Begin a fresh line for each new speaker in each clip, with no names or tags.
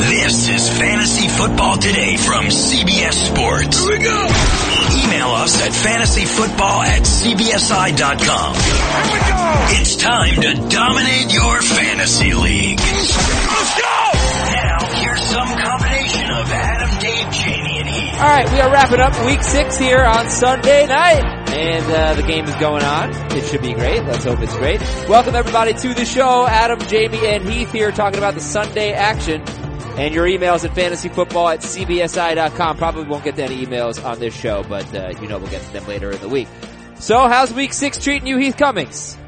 Here's Fantasy Football Today from CBS Sports. Here we go. Email us at fantasyfootball at cbsi.com. Here we go. It's time to dominate your fantasy league. Let's go. Now, here's some combination of Adam, Dave, Jamie, and Heath.
All right, we are wrapping up week six here on Sunday night, and uh, the game is going on. It should be great. Let's hope it's great. Welcome everybody to the show. Adam, Jamie, and Heath here talking about the Sunday action. And your emails at fantasyfootball at cbsi.com. Probably won't get to any emails on this show, but uh, you know we'll get to them later in the week. So, how's week six treating you, Heath Cummings?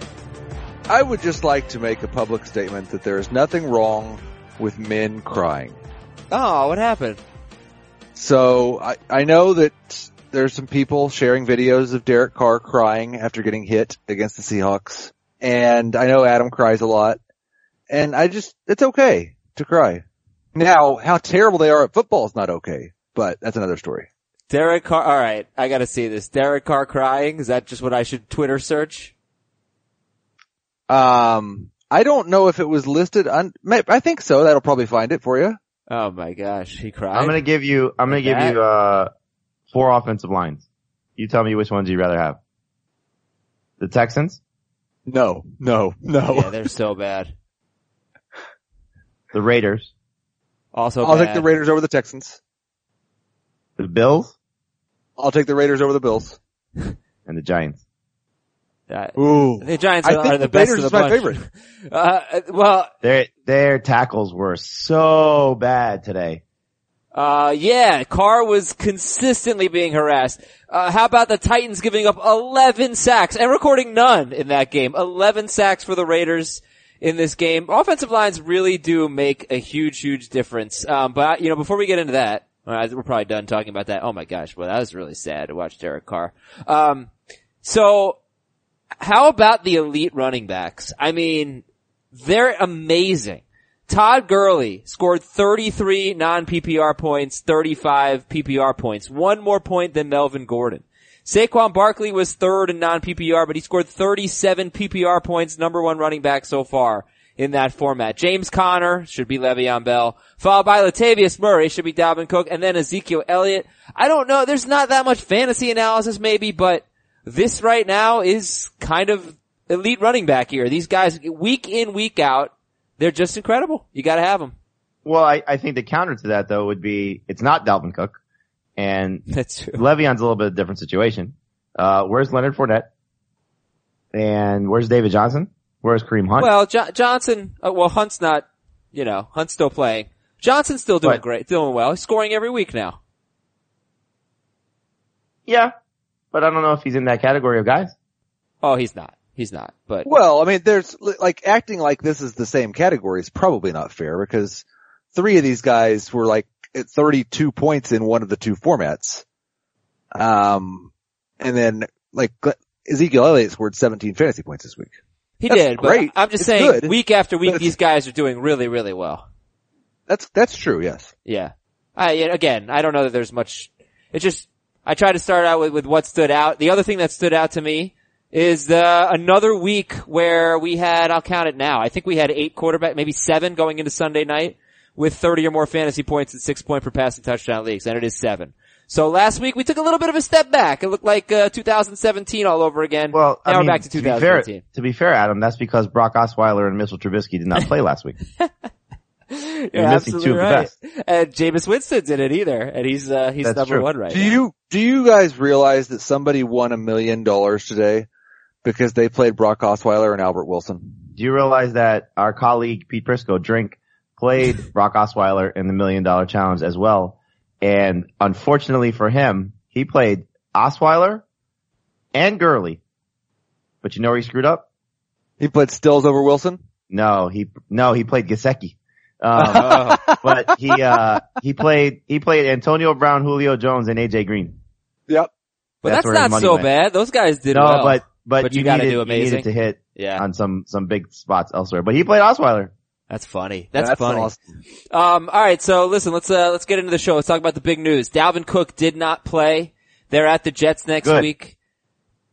I would just like to make a public statement that there is nothing wrong with men crying.
Oh, what happened?
So I, I know that there's some people sharing videos of Derek Carr crying after getting hit against the Seahawks. And I know Adam cries a lot. And I just, it's okay to cry. Now, how terrible they are at football is not okay, but that's another story.
Derek Carr. All right, I got to see this. Derek Carr crying. Is that just what I should Twitter search?
Um, I don't know if it was listed on, ma- I think so. That'll probably find it for you.
Oh my gosh, he cried.
I'm gonna give you. I'm gonna give
That-
you uh four offensive lines. You tell me which ones you'd rather have. The Texans,
No, no, no.
Yeah, they're so bad.
the Raiders,
Also,
I'll
bad.
take the Raiders over the Texans.
the Bills,
I'll take the Raiders over the Bills.
and the Giants.
Uh,
Ooh.
the Giants
I
are,
think
are the,
the
best
Raiders
of
is
the
my
bunch.
favorite.
Uh, Uh, well,
Their their tackles were so bad today.
uh, yeah, Carr was consistently being harassed. Uh, how about the Titans giving up 11 sacks and recording none in that game? 11 sacks for the Raiders in this game. Offensive lines really do make a huge, huge difference. Um, but you know, before we get into that, all right, we're probably done talking about that. Oh my gosh, well, that was really sad to watch Derek Carr. Um, so how about the elite running backs? I mean, they're amazing. Todd Gurley scored 33 non-PPR points, 35 PPR points, one more point than Melvin Gordon. Saquon Barkley was third in non-PPR, but he scored 37 PPR points, number one running back so far in that format. James Conner should be Le'Veon Bell, followed by Latavius Murray should be Dalvin Cook, and then Ezekiel Elliott. I don't know, there's not that much fantasy analysis maybe, but this right now is kind of elite running back here. These guys, week in, week out, they're just incredible. You gotta have them.
Well, I, I think the counter to that though would be it's not Dalvin Cook, and
That's true.
Le'Veon's a little bit of a different situation. Uh, where's Leonard Fournette? And where's David Johnson? Where's Kareem Hunt?
Well, jo- Johnson, uh, well, Hunt's not, you know, Hunt's still playing. Johnson's still doing
Right.
great, doing well. He's scoring every week now.
yeah, but I don't know if he's in that category of guys.
Oh, he's not. He's not. But
Well, I mean, there's like acting like this is the same category is probably not fair because three of these guys were like at 32 points in one of the two formats. Um, and then like Ezekiel Elliott scored 17 fantasy points this week.
he
that's
did.
great.
But I'm just
It's
saying,
good.
week after week,
But-
these guys are doing really, really well.
That's, that's true. Yes.
Yeah. I, yeah, again, I don't know that there's much, it just, I try to start out with, with what stood out. The other thing that stood out to me is, uh, another week where we had, I'll count it now, I think we had eight quarterback, maybe seven going into Sunday night with 30 or more fantasy points and six point per pass and touchdown leagues, and it is seven. So last week we took a little bit of a step back. It looked like, uh, 2017 all over again.
Well,
now
I
we're
mean,
back to
to be fair,
2018.
to be fair, Adam, that's because Brock Osweiler and Mitchell Trubisky did not play last week.
You're
You're missing
absolutely
two of the
right. And Jameis Winston did it either, and he's, uh, he's
That's
number
true.
one right
Do
now.
you, do you guys realize that somebody won a million dollars today because they played Brock Osweiler and Albert Wilson?
Do you realize that our colleague Pete Prisco, Drink, played Brock Osweiler in the Million Dollar Challenge as well, and unfortunately for him, he played Osweiler and Gurley. But you know where he screwed up?
He played Stills over Wilson.
No, he no he played Gasecki. Um, but he uh he played he played Antonio Brown, Julio Jones, and AJ Green.
Yep.
But
That's
that's,
where his
not
money
so
went.
bad. Those guys did
No,
well.
but but,
But
you,
you gotta
needed,
do
you needed
amazing.
to hit
yeah,
on some some big spots elsewhere. But he played Osweiler.
that's funny. That's, funny.
awesome.
Um, all right, so listen, let's uh, let's get into the show. Let's talk about the big news. Dalvin Cook did not play. They're at the Jets next
Good.
week.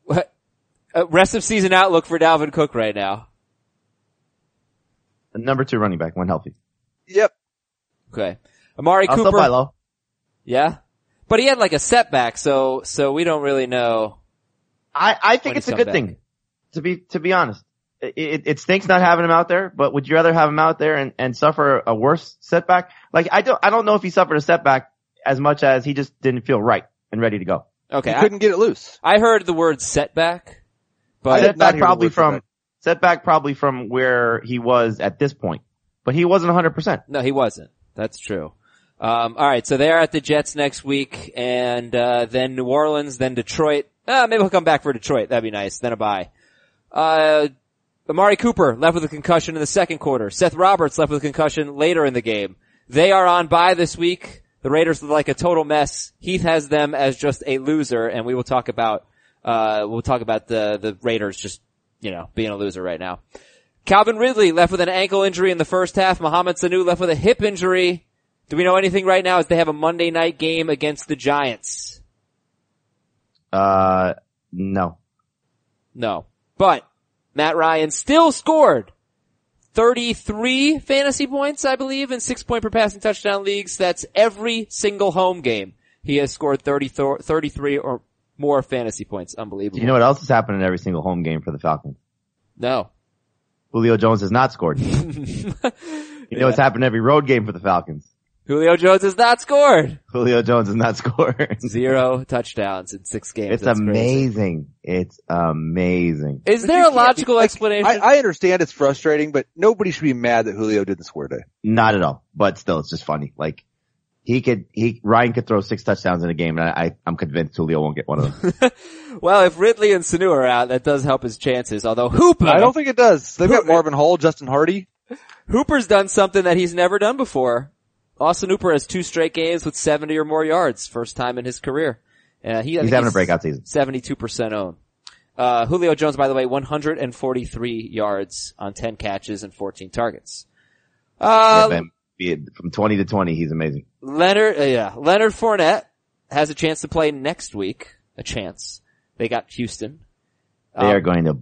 What? Uh, rest of season outlook for Dalvin Cook right now.
Number two running back when healthy.
Yep.
Okay. Amari
I'll still
Cooper.
buy low.
Yeah. But he had like a setback, so, so we don't really know.
I, I think
When
it's
he's
a
come
good
back.
thing. To be, to be honest. It, it, it stinks not having him out there, but would you rather have him out there and, and suffer a worse setback? Like I don't, I don't know if he suffered a setback as much as he just didn't feel right and ready to go.
Okay.
He
I,
couldn't get it loose.
I heard the word setback,
I
but
did not
setback
hear the
probably
word
from
setback.
setback probably from where he was at this point, but he wasn't 100. percent
no, he wasn't. That's true. Um, all right. So they're at the Jets next week and, uh, then New Orleans, then Detroit. Uh, maybe he'll come back for Detroit. That'd be nice. Then a bye. Uh, Amari Cooper left with a concussion in the second quarter. Seth Roberts left with a concussion later in the game. They are on bye this week. The Raiders look like a total mess. Heath has them as just a loser, and we will talk about uh, we'll talk about the the Raiders just you know being a loser right now. Calvin Ridley left with an ankle injury in the first half. Mohamed Sanu left with a hip injury. Do we know anything right now? As they have a Monday night game against the Giants.
Uh, no.
No, but Matt Ryan still scored 33 fantasy points, I believe, in six point per passing touchdown leagues. That's every single home game. He has scored 30, 33 or more fantasy points. Unbelievable.
Do you know what else is happening in every single home game for the Falcons?
no.
Julio Jones has not scored. You know what's happened every road game for the Falcons?
Julio Jones has not scored.
Julio Jones has not scored.
Zero touchdowns in six games.
It's
That's crazy.
amazing. It's amazing.
Is there a logical explanation?
I, I understand it's frustrating, but nobody should be mad that Julio didn't score today.
Not at all, but still, it's just funny. Like he could, he Ryan could throw six touchdowns in a game, and I, I I'm convinced Julio won't get one of them.
well, if Ridley and Sanu are out, that does help his chances. Although Hooper,
I don't think it does. They've got Marvin Hall, Justin Hardy.
Hooper's done something that he's never done before. Austin Hooper has two straight games with 70 or more yards, first time in his career. Uh, he, I
He's
think
having a breakout season.
72% owned. Uh, Julio Jones, by the way, 143 yards on 10 catches and 14 targets. Uh,
Yeah, man. Be it from twenty to twenty, he's amazing.
Leonard, uh, yeah, Leonard Fournette has a chance to play next week. A chance. They got Houston.
They
Um,
are going to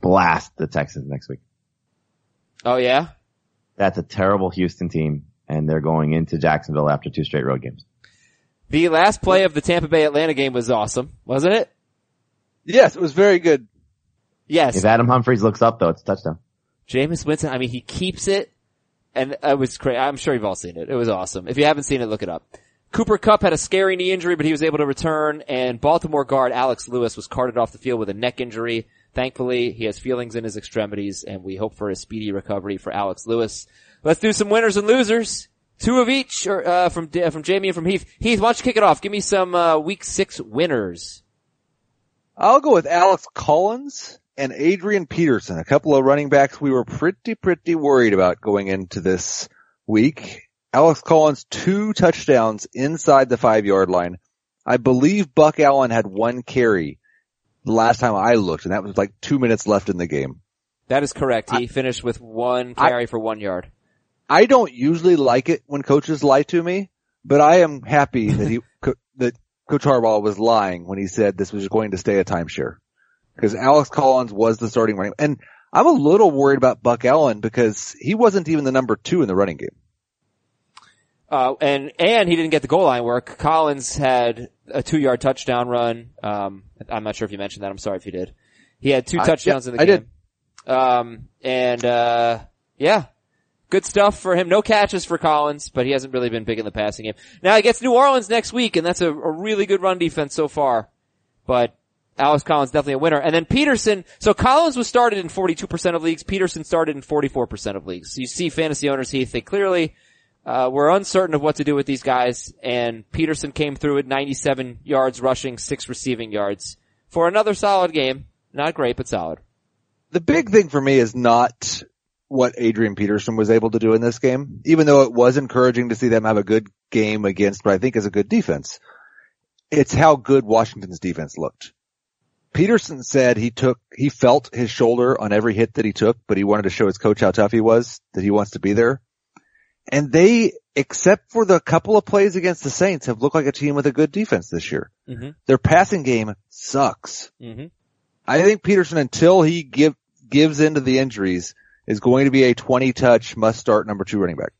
blast the Texans next week.
Oh yeah?
That's a terrible Houston team, and they're going into Jacksonville after two straight road games.
The last play of the Tampa Bay Atlanta game was awesome, wasn't it?
Yes, it was very good.
Yes.
If Adam Humphries looks up though, it's a touchdown.
Jameis Winston, I mean, he keeps it, and it was crazy. I'm sure you've all seen it. It was awesome. If you haven't seen it, look it up. Cooper Cup had a scary knee injury, but he was able to return, and Baltimore guard Alex Lewis was carted off the field with a neck injury. Thankfully, he has feelings in his extremities, and we hope for a speedy recovery for Alex Lewis. Let's do some winners and losers. Two of each, or, uh, from, uh, from Jamie and from Heath. Heath, why don't you kick it off? Give me some, uh, week six winners.
I'll go with Alex Collins and Adrian Peterson, a couple of running backs we were pretty, pretty worried about going into this week. Alex Collins, two touchdowns inside the five yard line. I believe Buck Allen had one carry the last time I looked, and that was like two minutes left in the game.
That is correct. He finished with one
I-
carry for one yard.
I don't usually like it when coaches lie to me, but I am happy that he co- that Coach Harbaugh was lying when he said this was going to stay a timeshare because Alex Collins was the starting running, and I'm a little worried about Buck Allen because he wasn't even the number two in the running game.
Uh, and, and he didn't get the goal line work. Collins had a two yard touchdown run. Um, I'm not sure if you mentioned that. I'm sorry if you did. He had two
I-
touchdowns
yeah,
in the
I
game. Um, and, uh, yeah, good stuff for him. No catches for Collins, but he hasn't really been big in the passing game. Now he gets New Orleans next week and that's a, a really good run defense so far, but Alex Collins definitely a winner. And then Peterson, so Collins was started in 42% of leagues. Peterson started in 44% of leagues. So you see fantasy owners, Heath, they clearly, uh, we're uncertain of what to do with these guys, and Peterson came through at 97 yards rushing, six receiving yards for another solid game. Not great, but solid.
The big thing for me is not what Adrian Peterson was able to do in this game, even though it was encouraging to see them have a good game against what I think is a good defense. It's how good Washington's defense looked. Peterson said he took, he felt his shoulder on every hit that he took, but he wanted to show his coach how tough he was, that he wants to be there. And they, except for the couple of plays against the Saints, have looked like a team with a good defense this year.
Mhm.
Their passing game sucks.
Mm-hmm.
I think Peterson, until he give, gives into the injuries, is going to be a 20 touch must start number two running back.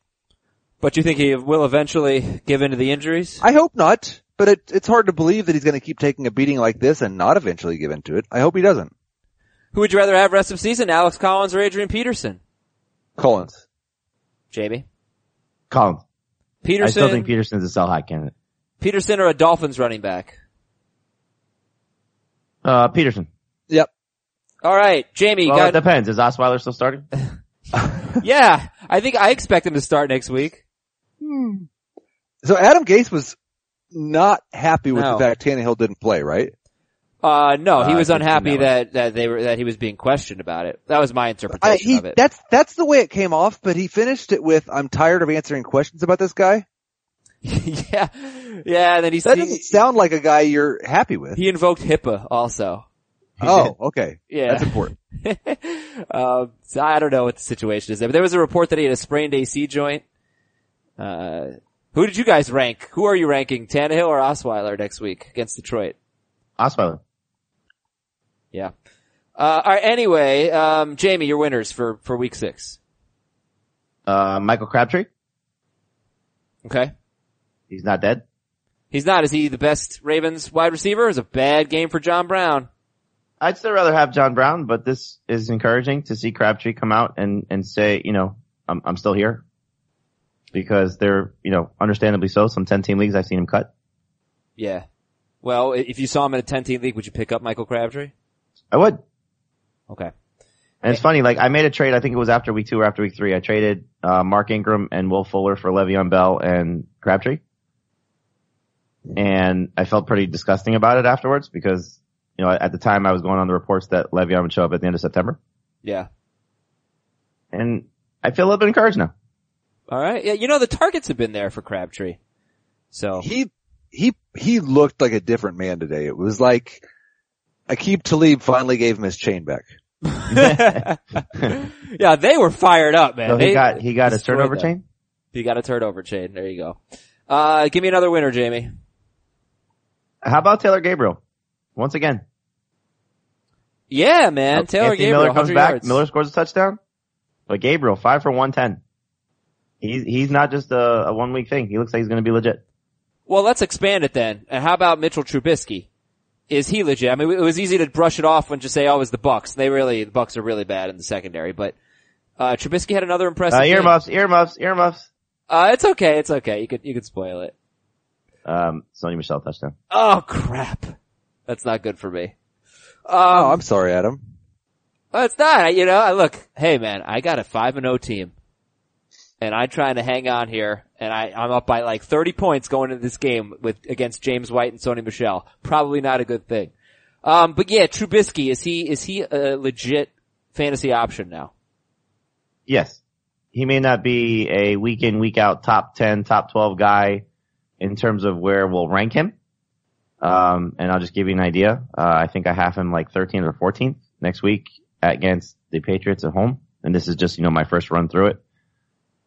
But you think he will eventually give in to the injuries?
I hope not, but it, it's hard to believe that he's going to keep taking a beating like this and not eventually give in to it. I hope he doesn't.
Who would you rather have rest of season, Alex Collins or Adrian Peterson?
Collins.
Jamie?
Collins. I
Peterson,
still think Peterson's a sell high candidate.
Peterson or a Dolphins running back?
Uh, Peterson.
Yep.
All right, Jamie,
Well, it
got,
depends. Is Osweiler still starting?
yeah, I think I expect him to start next week.
So Adam Gase was not happy with
No.
the fact Tannehill didn't play, right?
Uh, no, he
Uh,
was
I think
unhappy
that
that,
was-
that they were, that he was being questioned about it. That was my
I,
interpretation
he,
of it.
that's, that's the way it came off, but he finished it with, I'm tired of answering questions about this guy.
yeah, yeah, and then he,
That
he,
doesn't sound like a guy you're happy with.
he invoked HIPAA also.
oh, okay.
Yeah.
That's important.
uh, so I don't know what the situation is there, but there was a report that he had a sprained AC joint. Uh, who did you guys rank? Who are you ranking? Tannehill or Osweiler next week against Detroit?
Osweiler.
Yeah. Uh, all right, anyway, um, Jamie, your winners for, for week six.
Uh, Michael Crabtree.
Okay.
He's not dead.
He's not. Is he the best Ravens wide receiver? It's a bad game for John Brown.
I'd still rather have John Brown, but this is encouraging to see Crabtree come out and, and say, you know, I'm, I'm still here. Because they're, you know, understandably so, some 10 team leagues I've seen him cut.
Yeah. Well, i- if you saw him in a 10 team league, would you pick up Michael Crabtree?
I would.
Okay.
And it's funny, like I made a trade, I think it was after week two or after week three. I traded, uh, Mark Ingram and Will Fuller for Le'Veon Bell and Crabtree. And I felt pretty disgusting about it afterwards because, you know, at the time I was going on the reports that Le'Veon would show up at the end of September.
Yeah.
And I feel a little bit encouraged now.
All right. Yeah. You know, the targets have been there for Crabtree. So
He, he, he looked like a different man today. It was like Akib Talib finally gave him his chain back.
yeah, they were fired up, man.
So
they
he got, he got a
destroyed
turnover
them.
chain.
He got a turnover chain. There you go. Uh, give me another winner, Jamie.
How about Taylor Gabriel? Once again,
Yeah, man. Taylor
Anthony
Gabriel,
Miller comes
100
back.
yards.
Miller scores a touchdown, but Gabriel five for one ten. He's he's not just a, a one week thing. He looks like he's going to be legit.
Well, let's expand it then. And how about Mitchell Trubisky? Is he legit? I mean, it was easy to brush it off and just say, "Oh, it was the Bucks." They really, the Bucks are really bad in the secondary. But uh, Trubisky had another impressive.
Uh,
game.
earmuffs, earmuffs, earmuffs.
Uh, it's okay. It's okay. You could you could spoil it.
Um, Sony Michelle touchdown.
Oh crap, that's not good for me.
Oh, I'm sorry, Adam.
Well, it's not. I- You know, I look. Hey, man, I got a five and O team, and I'm trying to hang on here, and I I'm up by like 30 points going into this game with against James White and Sony Michelle. Probably not a good thing. Um, but yeah, Trubisky is he is he a legit fantasy option now?
Yes, he may not be a week in week out top ten, top twelve guy in terms of where we'll rank him. Um, and I'll just give you an idea. Uh, I think I have him like 13th or 14th next week against the Patriots at home. And this is just, you know, my first run through it.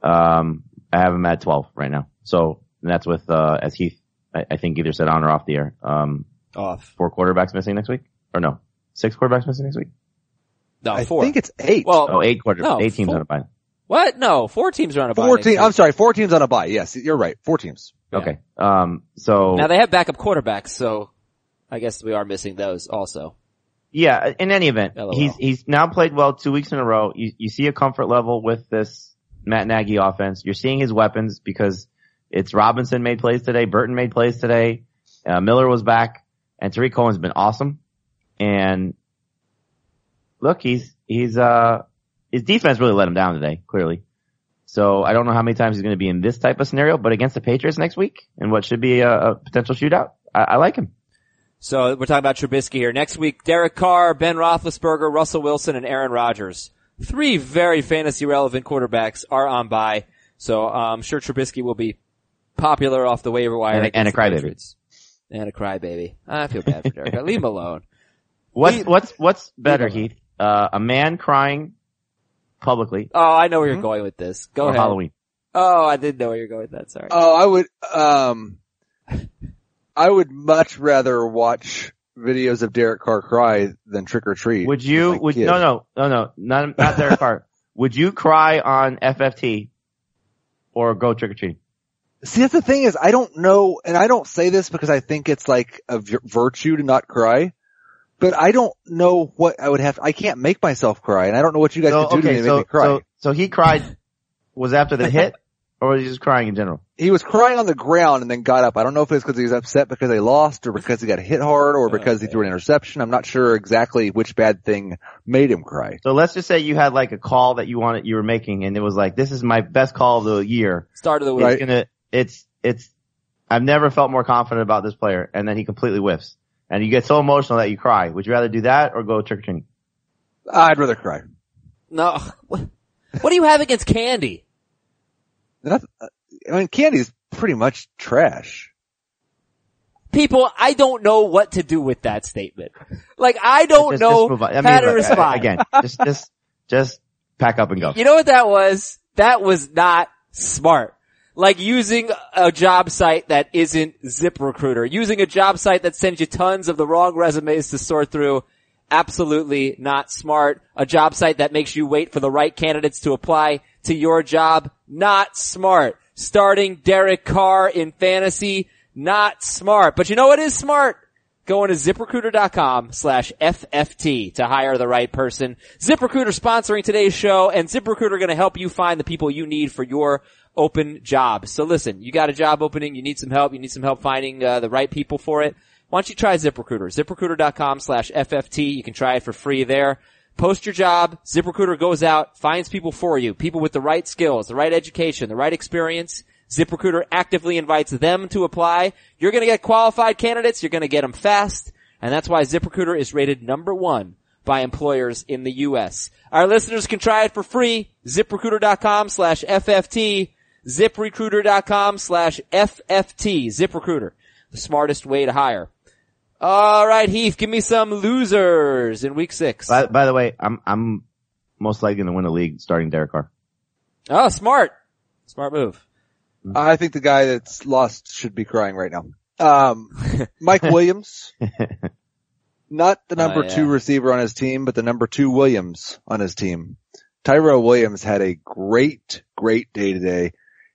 Um, I have him at 12 right now. So and that's with, uh, as Heath, I, I think either said on or off the air, um,
Off.
four quarterbacks missing next week or no, six quarterbacks missing next week.
No,
I
four.
think it's eight.
well,
Oh, eight quarter,
No,
eight teams
four-
on a bye.
what? No, four teams are on a bye
Four
next
teams.
week.
I'm sorry, four teams on a bye. Yes, you're right. Four teams.
Okay. Um, so
Now they have backup quarterbacks, so I guess we are missing those also.
Yeah, in any event,
LOL.
he's he's now played well two weeks in a row. You you see a comfort level with this Matt Nagy offense. You're seeing his weapons because it's Robinson made plays today, Burton made plays today, uh, Miller was back, and Tariq Cohen's been awesome. And look, he's he's uh his defense really let him down today, clearly. So I don't know how many times he's going to be in this type of scenario, but against the Patriots next week and what should be a, a potential shootout, I, I like him.
So we're talking about Trubisky here. Next week, Derek Carr, Ben Roethlisberger, Russell Wilson, and Aaron Rodgers. Three very fantasy relevant quarterbacks are on by. So I'm sure Trubisky will be popular off the waiver wire.
And a- and a
against the
crybaby.
Patriots. And a crybaby. I feel bad for Derek. Leave him alone.
What's
Leave-
what's what's better,
leave
Heath? Uh, a man crying publicly
Oh, I know where you're going with this. Go
on
ahead.
Mm-hmm. Halloween.
Oh, I did know where you're going with that. Sorry.
Oh, I would, um, I would much rather watch videos of Derek Carr cry than trick or treat.
Would you?
with my
Would
kid.
no, no, no, no, not not Derek Carr. Would you cry on FFT or go trick or treat.
See, that's the thing is, I don't know, and I don't say this because I think it's like a v- virtue to not cry, but I don't know what I would have. I can't make myself cry, and I don't know what you guys
So,
could do to
okay,
make
so,
me cry.
so so he cried was after the hit, or was he just crying in general?
he was crying on the ground and then got up. I don't know if it's because he was upset because they lost, or because he got hit hard, or because he threw an interception. I'm not sure exactly which bad thing made him cry.
So let's just say you had like a call that you wanted, you were making, and it was like, this is my best call of the year.
Start of the
It's
week.
Right.
gonna, it's, it's, I've never felt more confident about this player, and then he completely whiffs, and you get so emotional that you cry. Would you rather do that or go trick or treating?
I'd rather cry.
No. What what do you have against candy?
Not- I mean, candy's pretty much trash.
People, I don't know what to do with that statement. Like, I don't
Just-
know
just move on. I mean,
how to
like,
respond.
again. Just, just, just pack up and go.
You know what that was? That was not smart. Like using a job site that isn't ZipRecruiter. Using a job site that sends you tons of the wrong resumes to sort through. Absolutely not smart. A job site that makes you wait for the right candidates to apply to your job. Not smart. Starting Derek Carr in fantasy. Not smart. But you know what is smart? Going to ziprecruiter.com slash FFT to hire the right person. ZipRecruiter sponsoring today's show and ZipRecruiter going to help you find the people you need for your open job. So listen, you got a job opening, you need some help, you need some help finding uh, the right people for it. Why don't you try ZipRecruiter? ZipRecruiter.com slash FFT. You can try it for free there. Post your job. ZipRecruiter goes out, finds people for you, people with the right skills, the right education, the right experience. ZipRecruiter actively invites them to apply. You're going to get qualified candidates. You're going to get them fast. And that's why ZipRecruiter is rated number one by employers in the U.S. Our listeners can try it for free. ZipRecruiter.com slash FFT. ZipRecruiter.com slash FFT. ZipRecruiter. The smartest way to hire. All right, Heath, give me some losers in week six.
By, by the way, I'm, I'm most likely going to win the league starting Derek Carr.
Oh, smart. Smart move. Mm-hmm.
I think the guy that's lost should be crying right now. Um, Mike Williams, not the number
Oh, yeah.
two receiver on his team, but the number two Williams on his team. Tyrell Williams had a great, great day today.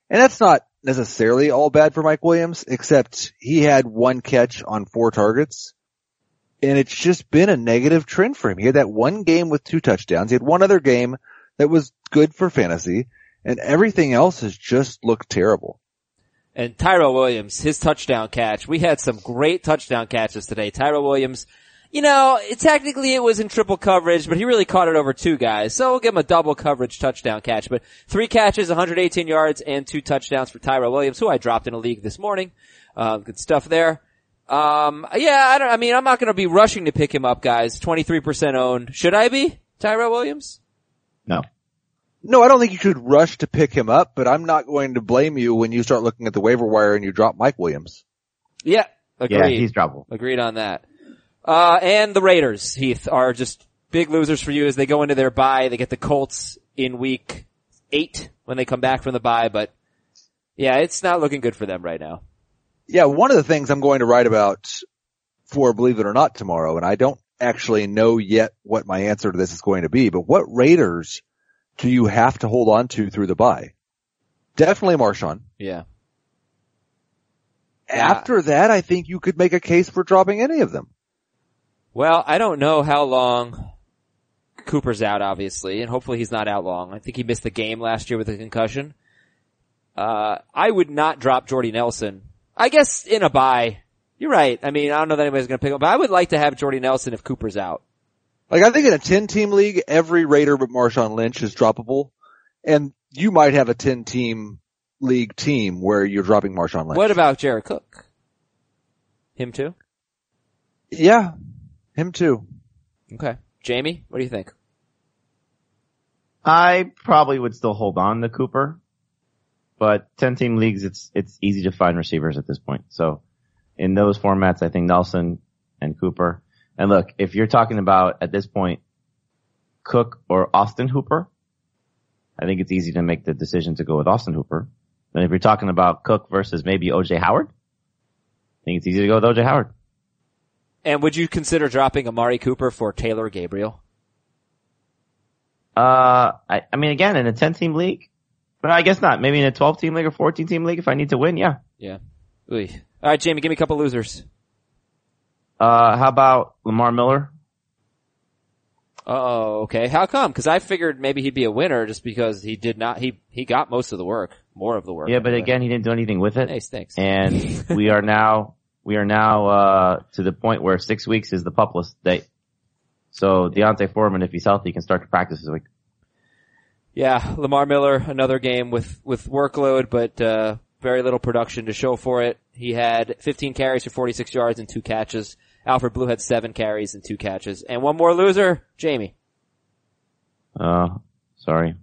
And that's not necessarily all bad for Mike Williams, except he had one catch on four targets. And it's just been a negative trend for him. He had that one game with two touchdowns. He had one other game that was good for fantasy and everything else has just looked terrible.
And Tyrell Williams, his touchdown catch. We had some great touchdown catches today. Tyrell Williams, you know, it- technically it was in triple coverage, but he really caught it over two guys. So we'll give him a double coverage touchdown catch. But three catches, 118 yards, and two touchdowns for Tyrell Williams, who I dropped in a league this morning. Uh, good stuff there. Um, yeah, I don't, I mean, I'm not going to be rushing to pick him up, guys. 23% owned. Should I be Tyrell Williams?
No.
No, I don't think you should rush to pick him up, but I'm not going to blame you when you start looking at the waiver wire and you drop Mike Williams.
Yeah. Agreed.
Yeah, he's droppable.
Agreed on that. Uh, and the Raiders, Heath, are just big losers for you as they go into their bye. They get the Colts in week eight when they come back from the bye, but yeah, it's not looking good for them right now.
Yeah, one of the things I'm going to write about for Believe It or Not tomorrow, and I don't actually know yet what my answer to this is going to be, but what Raiders do you have to hold on to through the bye? Definitely Marshawn.
Yeah.
After that, I think you could make a case for dropping any of them.
Well, I don't know how long Cooper's out, obviously, and hopefully he's not out long. I think he missed the game last year with a concussion. Uh, I would not drop Jordy Nelson. I guess in a bye. You're right. I mean, I don't know that anybody's going to pick him, but I would like to have Jordy Nelson if Cooper's out.
Like I think in a 10 team league, every Raider but Marshawn Lynch is droppable. And you might have a 10 team league team where you're dropping Marshawn Lynch.
What about Jared Cook? Him too?
Yeah. Him too.
Okay. Jamie, what do you think?
I probably would still hold on to Cooper, but 10 team leagues, it's, it's easy to find receivers at this point. So in those formats, I think Nelson and Cooper. And look, if you're talking about at this point, Cook or Austin Hooper, I think it's easy to make the decision to go with Austin Hooper. And if you're talking about Cook versus maybe OJ Howard, I think it's easy to go with OJ Howard.
And would you consider dropping Amari Cooper for Taylor Gabriel?
Uh, I, I mean, again, in a 10 team league, But I guess not. Maybe in a 12 team league or 14 team league, if I need to win, yeah.
Yeah. Ooh. All right, Jamie, give me a couple losers.
Uh, how about Lamar Miller?
Oh, okay. How come? Because I figured maybe he'd be a winner just because he did not. He he got most of the work, more of the work.
Yeah, but
anyway.
again, he didn't do anything with it.
hey, thanks.
And we are now, we are now, uh, to the point where six weeks is the pup list date. So Deontay Foreman, if he's healthy, can start to practice this week.
Yeah, Lamar Miller, another game with with workload, but uh, very little production to show for it. He had 15 carries for 46 yards and two catches. Alfred Blue had seven carries and two catches, and one more loser, Jamie.
Uh, sorry.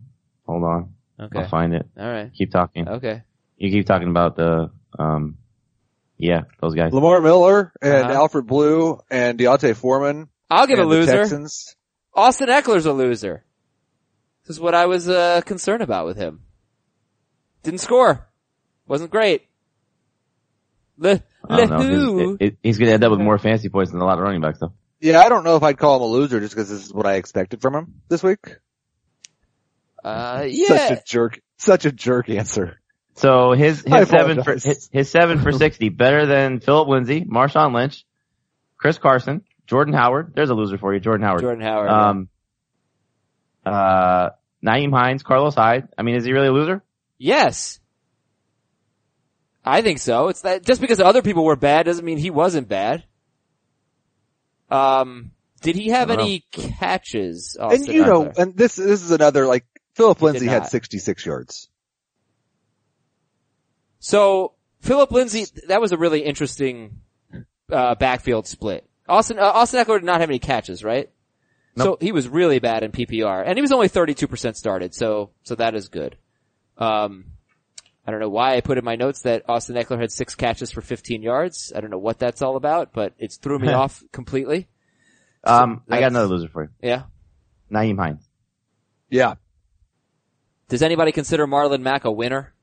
Hold on.
Okay.
I'll find it.
All right.
Keep talking.
Okay.
You keep talking about the, um, yeah, those guys.
Lamar Miller and
Uh-huh.
Alfred Blue and Deontay Foreman.
I'll give a
and the
loser.
Texans.
Austin Eckler's a loser. This is what I was uh, concerned about with him. Didn't score. Wasn't great. Le,
I don't
le
know.
who?
It- it- he's going to end up with more fancy points than a lot of running backs though.
Yeah, I don't know if I'd call him a loser just because this is what I expected from him this week.
uh,
Such
yeah.
a jerk. Such a jerk answer.
So his
I
his seven for
apologize.
his, his seven for sixty better than Philip Lindsay, Marshawn Lynch, Chris Carson, Jordan Howard. There's a loser for you, Jordan Howard.
Jordan Howard.
um, uh, Naeem Hines, Carlos Hyde. I mean, is he really a loser?
yes. I think so. It's that just because other people were bad doesn't mean he wasn't bad. Um, did he have
I don't
any catches?
and
Austin
you know,
Eckler?
and this this is another like Philip Lindsay had
not.
66 yards.
So Philip Lindsay, that was a really interesting uh, backfield split. Austin uh, Austin Eckler did not have any catches, right? So he was really bad in PPR, and he was only thirty two percent started. So so that is good. Um, I don't know why I put in my notes that Austin Eckler had six catches for fifteen yards. I don't know what that's all about, but it's threw me off completely.
Um, I
that's-
got another loser for you,
Yeah.
Naeem Hines.
Yeah.
Does anybody consider Marlon Mack a winner?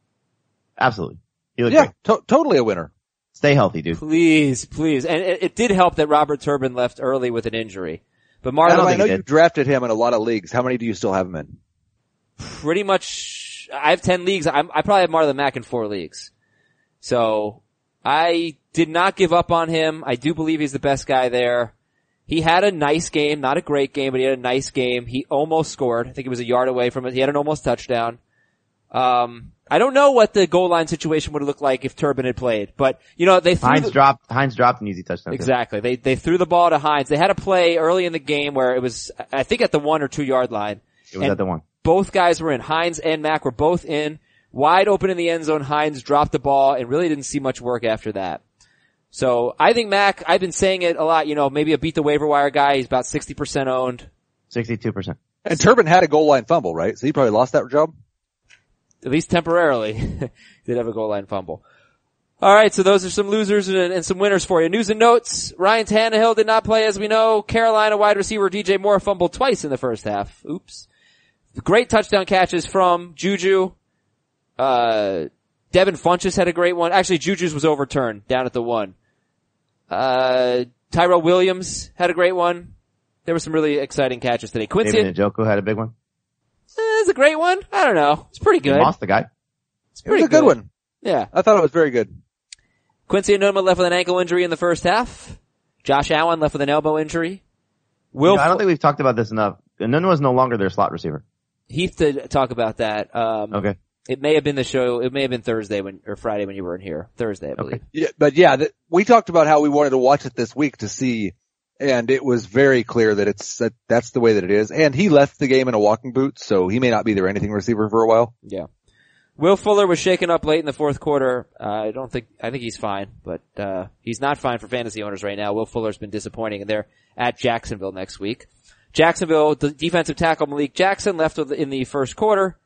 Absolutely, he looked
Yeah.
great.
To- totally a winner.
Stay healthy, dude.
Please, please. And it, it did help that Robert Turbin left early with an injury. But
Adam,
Marlon
don't
I
think
know
he
you
did.
drafted him in a lot of leagues. How many do you still have him in?
pretty much I have 10 leagues. I'm, I probably have Marlon Mack in four leagues. So I did not give up on him. I do believe he's the best guy there. He had a nice game, not a great game, but he had a nice game. He almost scored. I think he was a yard away from it. He had an almost touchdown. Um, I don't know what the goal line situation would have looked like if Turbin had played, but you know, they threw
Hines
the-
dropped. Hines dropped an easy touchdown. too.
Exactly. They they threw the ball to Hines. They had a play early in the game where it was I think at the one or two yard line.
It was
And
at the one.
Both guys were in. Hines and Mack were both in. Wide open in the end zone. Hines dropped the ball and really didn't see much work after that. So I think Mack, I've been saying it a lot, you know, maybe a beat the waiver wire guy. He's about 60% owned.
Sixty-two percent.
And Turbin had a goal line fumble, right? So he probably lost that job.
At least temporarily. Did have a goal line fumble. All right, so those are some losers and, and some winners for you. News and notes: Ryan Tannehill did not play, as we know. Carolina wide receiver DJ Moore fumbled twice in the first half. Oops. Great touchdown catches from Juju. Uh, Devin Funches had a great one. Actually, Juju's was overturned down at the one. Uh, Tyrell Williams had a great one. There were some really exciting catches today. Quincy, eh,
David Njoku had a big one.
it's a great one. I don't know. It's pretty
He
good.
lost the guy.
It's
It was
pretty
a good one.
Yeah.
I thought it was very good.
Quincy Anoma left with an ankle injury in the first half. Josh Allen left with an elbow injury. Will
You know, I don't think we've talked about this enough. None was no longer their slot receiver.
Heath did talk about that. Um,
Okay.
It may have been the show. It may have been Thursday when or Friday when you weren't here. Thursday, I believe.
Yeah, but yeah, th- we talked about how we wanted to watch it this week to see, and it was very clear that it's that that's the way that it is. And he left the game in a walking boot, so he may not be their anything receiver for a while.
Yeah. Will Fuller was shaken up late in the fourth quarter. Uh, I don't think, I think he's fine, but, uh, he's not fine for fantasy owners right now. Will Fuller's been disappointing and they're at Jacksonville next week. Jacksonville, the defensive tackle Malik Jackson left with- in the first quarter.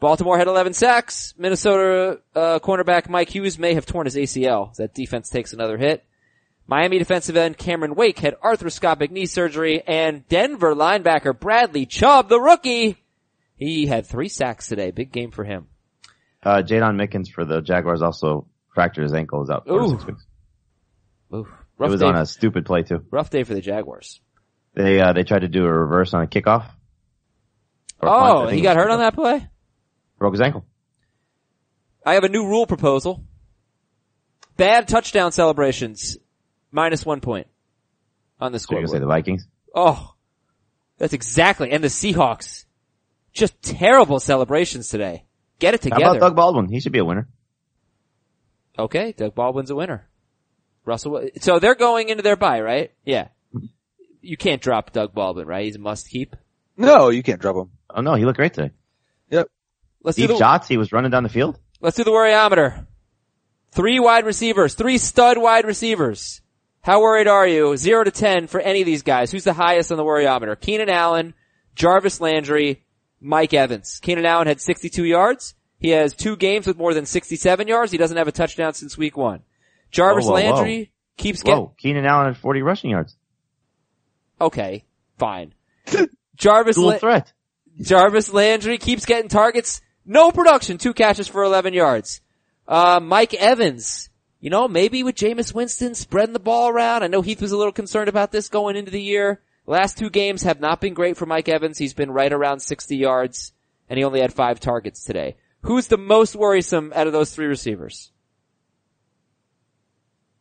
Baltimore had 11 sacks. Minnesota, uh, cornerback Mike Hughes may have torn his ACL. That defense takes another hit. Miami defensive end Cameron Wake had arthroscopic knee surgery and Denver linebacker Bradley Chubb, the rookie, he had three sacks today. Big game for him.
Uh, Jadon Mickens for the Jaguars also fractured his ankle. Is out for
Ooh.
six weeks.
Oof.
It
Rough
was
day.
on a stupid play too.
rough day for the Jaguars.
They uh, they tried to do a reverse on a kickoff. Or punt, I
Oh,
think
he
it
got
was
hurt on
kickoff.
that play.
Broke his ankle.
I have a new rule proposal. Bad touchdown celebrations, minus one point on the
So
scoreboard.
you're gonna say the Vikings?
Oh, that's exactly. And the Seahawks, just terrible celebrations today. Get it
How about
together.
Doug Baldwin? He should be a winner.
okay, Doug Baldwin's a winner. Russell, so they're going into their bye, right? Yeah. You can't drop Doug Baldwin, right? He's a must keep.
No, you can't drop him.
Oh no, he looked great today.
Yep.
Let's do
Deep
the,
shots. He was running down the field.
let's do the worryometer. Three wide receivers, three stud wide receivers. How worried are you? Zero to ten for any of these guys. Who's the highest on the worryometer? Keenan Allen, Jarvis Landry, Mike Evans. Keenan Allen had 62 yards. He has two games with more than 67 yards. He doesn't have a touchdown since week one. Jarvis
Whoa, whoa, whoa.
Landry keeps getting,
Whoa, Keenan Allen had 40 rushing yards.
okay, fine. Jarvis,
Dual
La-
threat.
Jarvis Landry keeps getting targets. No production. Two catches for 11 yards. Uh, Mike Evans. You know, maybe with Jameis Winston spreading the ball around. I know Heath was a little concerned about this going into the year. Last two games have not been great for Mike Evans. He's been right around 60 yards and he only had five targets today. Who's the most worrisome out of those three receivers?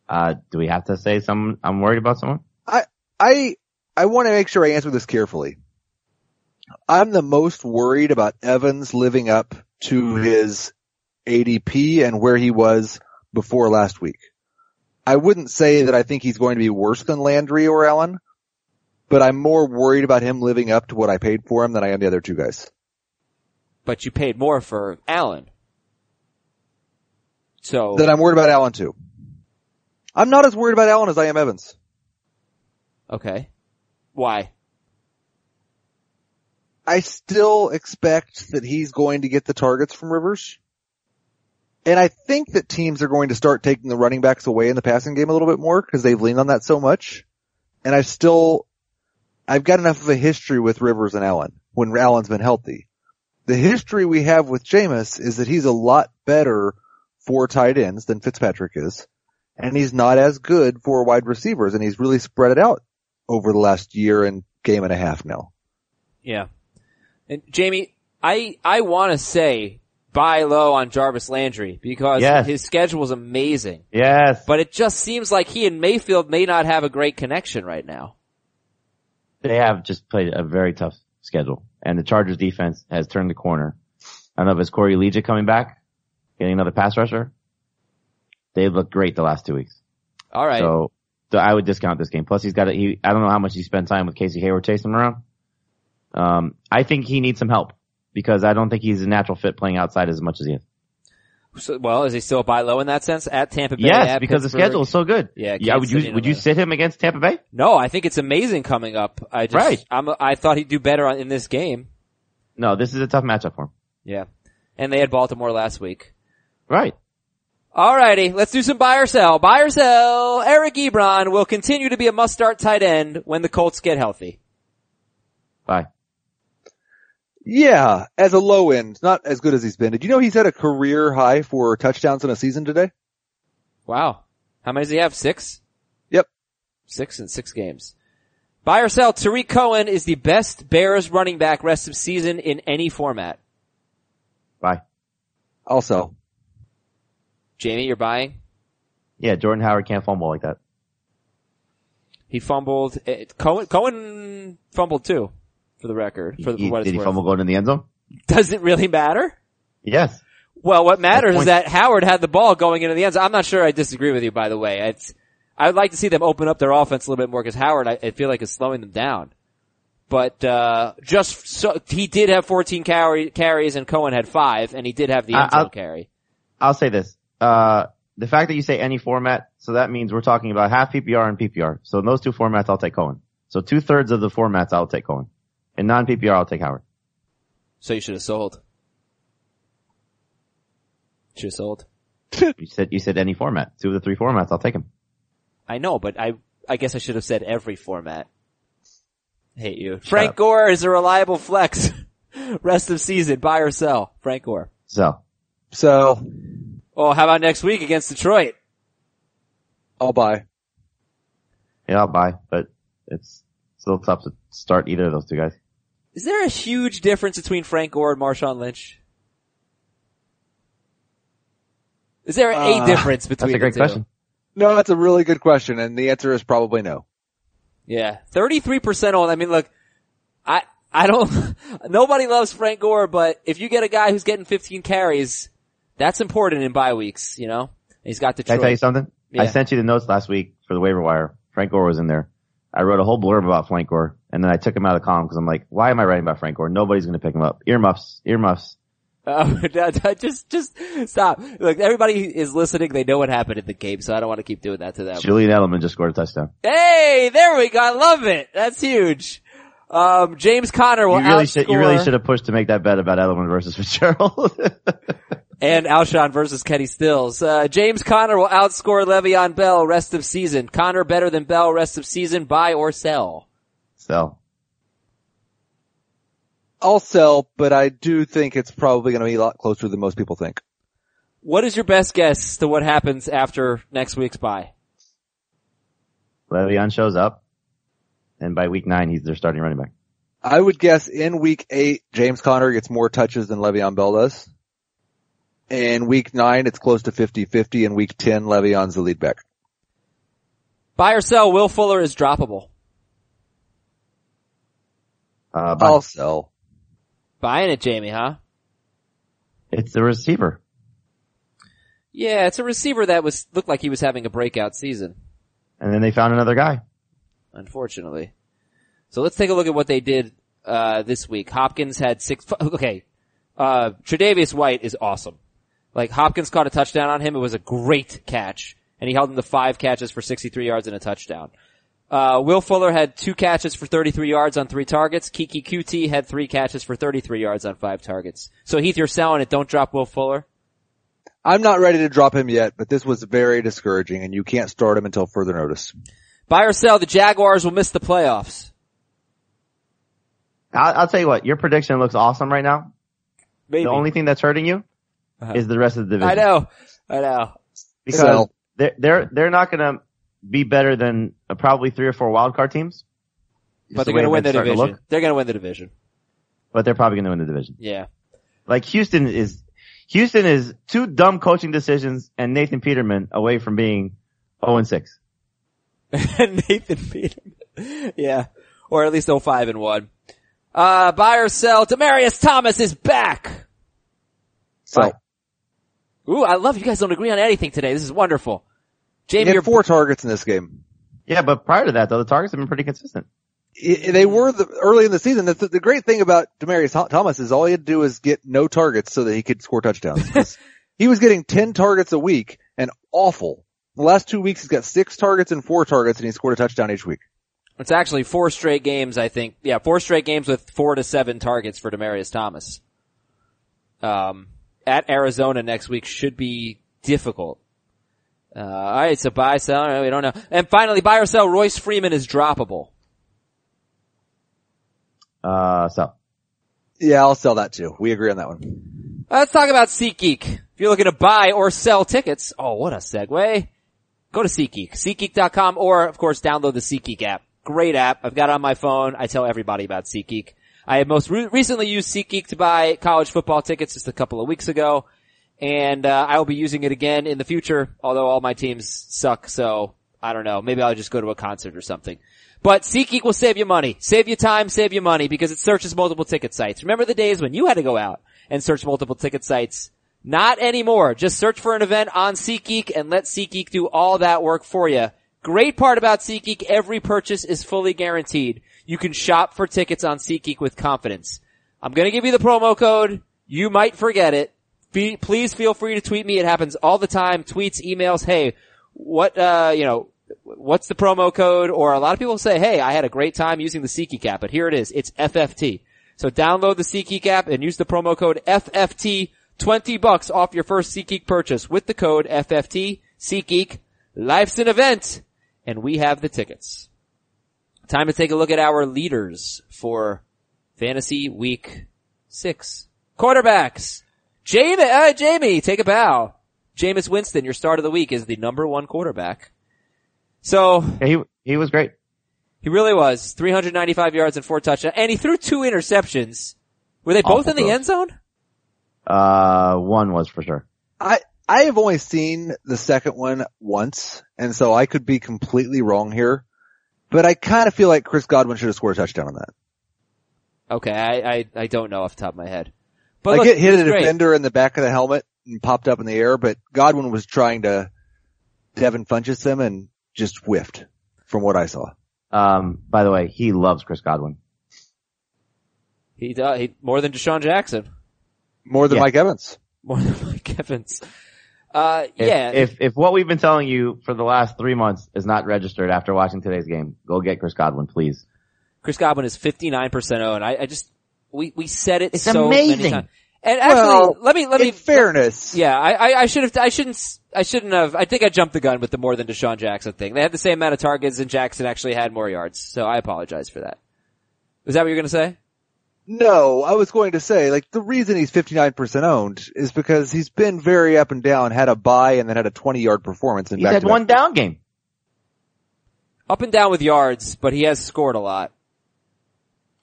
Uh, do we have to say some, I'm worried about someone?
I I I want to make sure I answer this carefully. I'm the most worried about Evans living up to his ADP and where he was before last week. I wouldn't say that I think he's going to be worse than Landry or Allen, but I'm more worried about him living up to what I paid for him than I am the other two guys.
But you paid more for Allen. So.
Then I'm worried about Allen too. I'm not as worried about Allen as I am Evans.
Okay. Why?
I still expect that he's going to get the targets from Rivers. And I think that teams are going to start taking the running backs away in the passing game a little bit more because they've leaned on that so much. And I still, I've got enough of a history with Rivers and Allen when Allen's been healthy. The history we have with Jameis is that he's a lot better for tight ends than Fitzpatrick is. And he's not as good for wide receivers and he's really spread it out over the last year and game and a half now.
Yeah. And Jamie, I I want to say buy low on Jarvis Landry because
Yes.
his schedule's amazing,
Yes. But
but it just seems like he and Mayfield may not have a great connection right now.
they have just played a very tough schedule and the Chargers defense has turned the corner. I don't know if it's Corey Legia coming back, getting another pass rusher. They looked great the last two weeks.
All right.
So, so I would discount this game. Plus he's got a, he, I don't know how much he spent time with Casey Hayward chasing him around. Um, I think he needs some help because I don't think he's a natural fit playing outside as much as he is.
So- well, is he still buy low in that sense at Tampa Bay?
Yes,
at
because the
Pittsburgh?
schedule is so good.
Yeah, Kansas
yeah. Would
City
you
and
would you
Atlanta.
sit him against Tampa Bay?
No, I think it's amazing coming up. I just
Right.
I'm, I thought he'd do better on, in this game.
No, this is a tough matchup for him.
Yeah. And they had Baltimore last week.
Right.
Alrighty, let's do some buy or sell. Buy or sell. Eric Ebron will continue to be a must-start tight end when the Colts get healthy.
Bye.
Yeah, as a low end, not as good as he's been. Did you know he's had a career high for touchdowns in a season today?
Wow. How many does he have? Six?
Yep.
Six in six games. Buy or sell, Tariq Cohen is the best Bears running back rest of season in any format.
Bye.
Also,
Jamie, you're buying?
Yeah, Jordan Howard can't fumble like that.
He fumbled. It, Cohen, Cohen fumbled too, for the record, for, the,
He-
for what
did
it's
he
worth.
fumble going in the end zone?
Does it really matter?
Yes.
Well, what matters
point.
is that Howard had the ball going into the end zone. I'm not sure I disagree with you, by the way. It's, I would like to see them open up their offense a little bit more because Howard, I, I feel like is slowing them down. But, uh, just so, he did have 14 carry, carries and Cohen had five and he did have the
I-
end zone
I'll-
carry.
I'll say this. Uh, the fact that you say any format, so that means we're talking about half PPR and PPR. So in those two formats, I'll take Cohen. So two thirds of the formats, I'll take Cohen. In non PPR, I'll take Howard.
So you should have sold. Should have sold.
You said you said any format. Two of the three formats, I'll take him.
I know, but I, I guess I should have said every format. Hate you. Frank
up.
Gore is a reliable flex. Rest of season, buy or sell. Frank Gore.
So
so
Oh, how about next week against Detroit?
I'll buy.
yeah, I'll buy, but it's still tough to start either of those two guys.
Is there a huge difference between Frank Gore and Marshawn Lynch? Is there a
Uh,
difference between
That's a great
the two?
question.
No, that's a really good question, and the answer is probably no.
Yeah, thirty three percent on. I mean, look, I I don't. Nobody loves Frank Gore, but if you get a guy who's getting fifteen carries, that's important in bye weeks. You know, he's got
Can I
Detroit.
tell you something?
Yeah.
I sent you the notes last week for the waiver wire. Frank Gore was in there. I wrote a whole blurb about Frank Gore, and then I took him out of the column because I'm like, why am I writing about Frank Gore? Nobody's going to pick him up. Earmuffs, earmuffs.
Oh, no, no, just, just stop. Look, everybody is listening. They know what happened in the game, so I don't want to keep doing that to them.
Julian Edelman just scored a touchdown.
Hey, there we go. I love it. That's huge. Um, James Conner will
you really
outscore
should. You really should have pushed to make that bet about Edelman versus Fitzgerald.
and Alshon versus Kenny Stills. Uh, James Conner will outscore Le'Veon Bell rest of season. Conner better than Bell rest of season. Buy or sell.
so
I'll sell, but I do think it's probably going to be a lot closer than most people think.
What is your best guess to what happens after next week's buy?
Le'Veon shows up, and by week nine, he's their starting running back.
I would guess in week eight, James Conner gets more touches than Le'Veon Bell does. In week nine, it's close to 50-50. In week 10, Le'Veon's the lead back.
Buy or sell? Will Fuller is droppable.
Uh,
Oh.
but
I'll sell.
Buying it, Jamie, huh?
it's the receiver.
Yeah, it's a receiver that was looked like he was having a breakout season,
And then they found another guy.
unfortunately. So let's take a look at what they did uh this week. Hopkins had six. f- Okay, uh Tre'Davious White is awesome. Like Hopkins caught a touchdown on him. It was a great catch, and he held him to five catches for 63 yards and a touchdown. Uh, Will Fuller had two catches for 33 yards on three targets. Kiki QT had three catches for 33 yards on five targets. So Heath, you're selling it. Don't drop Will Fuller.
I'm not ready to drop him yet, but this was very discouraging and you can't start him until further notice.
Buy or sell, the Jaguars will miss the playoffs.
I'll, I'll tell you what, your prediction looks awesome right now.
Maybe.
The only thing that's hurting you
Uh-huh.
is the rest of the division.
I know. I know.
because
So-
they're they're they're not going to be better than uh, probably three or four wild card teams.
But
Just
they're
way
going to win the
it's starting to
division.
look,
they're going to win the division.
but they're probably going to win the division.
Yeah.
Like Houston is Houston is two dumb coaching decisions and Nathan Peterman away from being zero and six.
Nathan Peterman. yeah. Or at least 05 and 1. Uh, buy or sell. Demarius Thomas is back.
So
Right.
Ooh, I love you guys don't agree on anything today. This is wonderful.
he
Jamie,
had
you're,
four targets in this game.
Yeah, but prior to that though, the targets have been pretty consistent.
I- They were the, early in the season. The, the great thing about Demarius Tho- Thomas is all he had to do is get no targets so that he could score touchdowns. 'Cause he was getting 10 targets a week and awful. The last two weeks he's got six targets and four targets and he scored a touchdown each week.
it's actually four straight games, I think. Yeah, four straight games with four to seven targets for Demarius Thomas. Um, at Arizona next week should be difficult. Uh, alright, so buy, sell, all right, we don't know. And finally, buy or sell, Royce Freeman is droppable.
Uh, so
Yeah, I'll sell that too. We agree on that one.
Let's talk about SeatGeek. If you're looking to buy or sell tickets, oh, what a segue. Go to SeatGeek, SeatGeek.com, or of course download the SeatGeek app. Great app. I've got it on my phone. I tell everybody about SeatGeek. I have most re- recently used SeatGeek to buy college football tickets just a couple of weeks ago, and uh, I will be using it again in the future. Although all my teams suck, so I don't know. Maybe I'll just go to a concert or something. But SeatGeek will save you money, save you time, save you money because it searches multiple ticket sites. Remember the days when you had to go out and search multiple ticket sites? Not anymore. Just search for an event on SeatGeek and let SeatGeek do all that work for you. Great part about SeatGeek, every purchase is fully guaranteed. You can shop for tickets on SeatGeek with confidence. I'm gonna give you the promo code. You might forget it. Fe- please feel free to tweet me. It happens all the time. Tweets, emails. Hey, what, uh, you know, what's the promo code? Or a lot of people say, hey, I had a great time using the SeatGeek app, but here it is. It's FFT. So download the SeatGeek app and use the promo code FFT. 20 bucks off your first SeatGeek purchase with the code FFT. SeatGeek. Life's an event. And we have the tickets. Time to take a look at our leaders for fantasy week six. Quarterbacks. Jamie, uh, Jamie, take a bow. Jameis Winston, your start of the week, is the number one quarterback. So
yeah, he he was great.
he really was 395 yards and four touchdowns, and he threw two interceptions. Were they both
Awful
in the
throws.
end zone?
Uh, one was for sure.
I, I have only seen the second one once, and so I could be completely wrong here, but I kind of feel like Chris Godwin should have scored a touchdown on that.
Okay, I, I, I don't know off the top of my head. But
Like
look,
it hit
he's
a
great.
defender in the back of the helmet and popped up in the air, but Godwin was trying to Devin Funches him and just whiffed from what I saw.
Um, by the way, he loves Chris Godwin.
He, do- he more than Deshaun Jackson,
More than
Yeah.
Mike Evans.
more than Mike Evans. Uh,
If,
yeah,
If if what we've been telling you for the last three months is not registered after watching today's game, go get Chris Godwin, please.
Chris Godwin is 59% owned. I, I just, we, we said it
It's
so many
amazing.
times. And actually,
Well,
let me, let me,
In fairness,
yeah, I, I, I should have, I shouldn't, s- I shouldn't have, I think I jumped the gun with the more than Deshaun Jackson thing. They had the same amount of targets and Jackson actually had more yards. So I apologize for that. Is that what you're going to say?
No, I was going to say, like, the reason he's 59% owned is because he's been very up and down, had a bye and then had a 20 yard performance and
He's had one down game.
Up and down with yards, but he has scored a lot.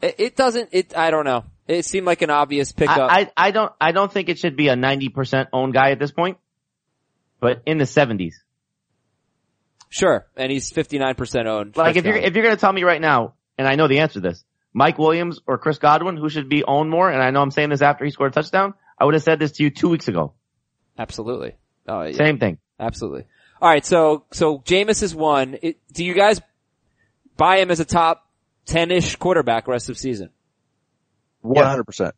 It, it doesn't, it, I don't know. It seemed like an obvious pickup.
I, I I don't I don't think it should be a ninety percent owned guy at this point, but in the seventies.
sure. And he's 59% owned.
Like
Chris
if you're
Godwin.
if you're gonna tell me right now, and I know the answer to this, Mike Williams or Chris Godwin, who should be owned more, and I know I'm saying this after he scored a touchdown, I would have said this to you two weeks ago.
absolutely. Oh, yeah.
Same thing.
Absolutely. All right, so so Jameis is one. It, do you guys buy him as a top ten-ish quarterback rest of season?
100%.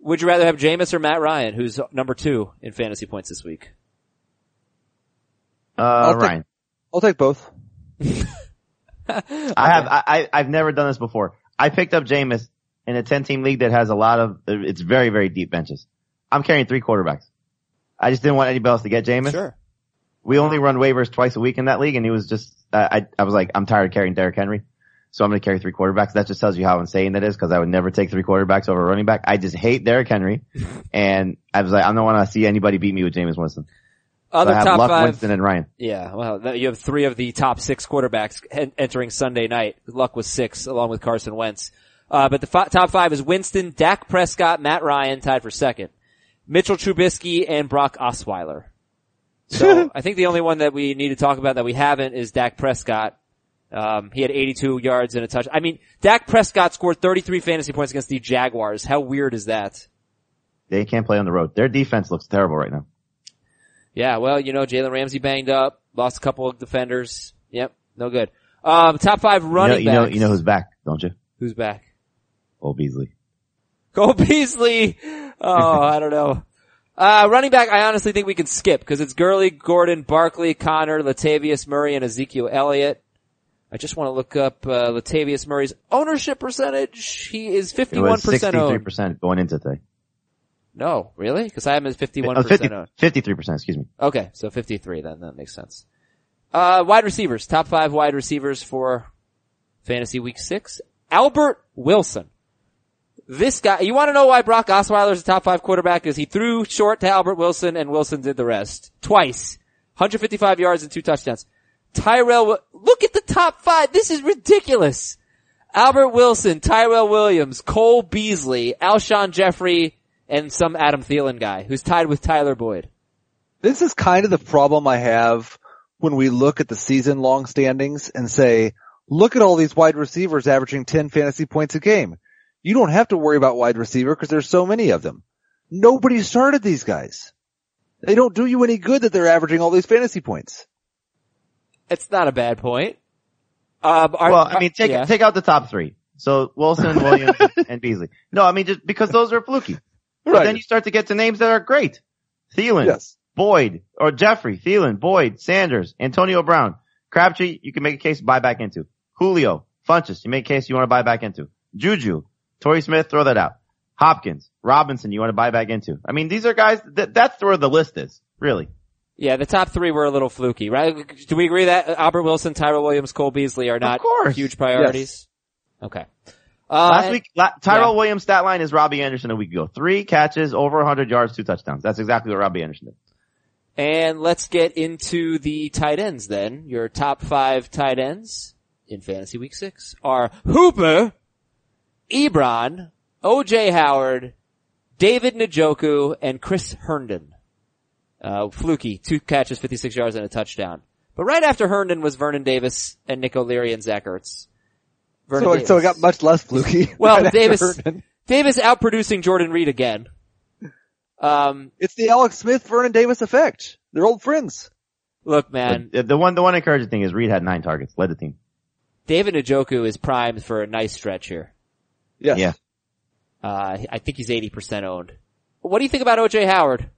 Would you rather have Jameis or Matt Ryan, who's number two in fantasy points this week?
Uh,
take-
Ryan,
I'll take both.
I have I, I I've never done this before. I picked up Jameis in a ten team league that has a lot of it's very very deep benches. I'm carrying three quarterbacks. I just didn't want anybody else to get Jameis. we only run waivers twice a week in that league, and he was just I I, I was like, I'm tired of carrying Derrick Henry, so I'm going to carry three quarterbacks. That just tells you how insane that is because I would never take three quarterbacks over a running back. I just hate Derrick Henry, and I was like, I don't want to see anybody beat me with Jameis Winston. So
Other
I have
top
Luck,
five.
Winston, and Ryan.
Yeah, well, that- you have three of the top six quarterbacks en- entering Sunday night. Luck was six, along with Carson Wentz. Uh, but the fi- top five is Winston, Dak Prescott, Matt Ryan, tied for second. Mitchell Trubisky and Brock Osweiler. So I think the only one that we need to talk about that we haven't is Dak Prescott. Um, he had 82 yards and a touch. I mean, Dak Prescott scored 33 fantasy points against the Jaguars. How weird is that?
They can't play on the road. Their defense looks terrible right now.
Yeah, well, you know, Jalen Ramsey banged up, lost a couple of defenders. Yep, no good. Um, top five
You know,
running
you know,
backs.
you know who's back, don't you?
who's back?
Old Beasley.
Cole Beasley. Oh, I don't know. Uh, running back, I honestly think we can skip because it's Gurley, Gordon, Barkley, Connor, Latavius Murray, and Ezekiel Elliott. I just want to look up uh, Latavius Murray's ownership percentage. He is
It
51%
was sixty-three
owned.
percent going into today.
No, really? Because I am at 51%
Oh, 50
owned.
53 percent. Excuse me.
Okay, so 53 then, that makes sense. Uh, wide receivers, top five wide receivers for fantasy week six. Albert Wilson. This guy, you want to know why Brock Osweiler's a top five quarterback is he threw short to Albert Wilson and Wilson did the rest. Twice. 155 yards and two touchdowns. Tyrell, Wi- look at the top five. This is ridiculous. Albert Wilson, Tyrell Williams, Cole Beasley, Alshon Jeffrey, and some Adam Thielen guy who's tied with Tyler Boyd.
This is kind of the problem I have when we look at the season long standings and say, look at all these wide receivers averaging 10 fantasy points a game. You don't have to worry about wide receiver because there's so many of them. Nobody started these guys. They don't do you any good that they're averaging all these fantasy points.
It's not a bad point. Um, are-
well, I mean, take
yeah.
take out the top three. So Wilson, Williams, and Beasley. No, I mean just because those are fluky. But then you start to get to names that are great. Thielen,
yes.
Boyd, or Jeffrey, Thielen, Boyd, Sanders, Antonio Brown, Crabtree, you can make a case to buy back into. Julio, Funches, you make a case you want to buy back into. Juju, Torrey Smith, throw that out. Hopkins, Robinson, you want to buy back into. I mean, these are guys, that, that's where the list is, really.
yeah, the top three were a little fluky, right? Do we agree that Albert Wilson, Tyrell Williams, Cole Beasley are not
course.
huge priorities? Okay. Uh,
Last week, la- Tyrell
yeah.
Williams' stat line is Robbie Anderson a week ago. Three catches, over 100 yards, two touchdowns. That's exactly what Robbie Anderson did.
and let's get into the tight ends then. Your top five tight ends in fantasy week six are Hooper, Ebron, OJ Howard, David Njoku, and Chris Herndon. Uh, fluky, two catches, 56 yards and a touchdown. But right after Herndon was Vernon Davis and Nick O'Leary and Zach Ertz. Vernon
So,
Davis.
so it got much less fluky.
Well,
right after
Davis,
Herndon.
Davis outproducing Jordan Reed again. Um,
It's the Alex Smith, Vernon Davis effect. They're old friends.
look, man,
The, the one, the one encouraging thing is Reed had nine targets, led the team.
David Njoku is primed for a nice stretch here.
Yes.
Yeah.
Uh, I think he's 80% owned. What do you think about OJ Howard?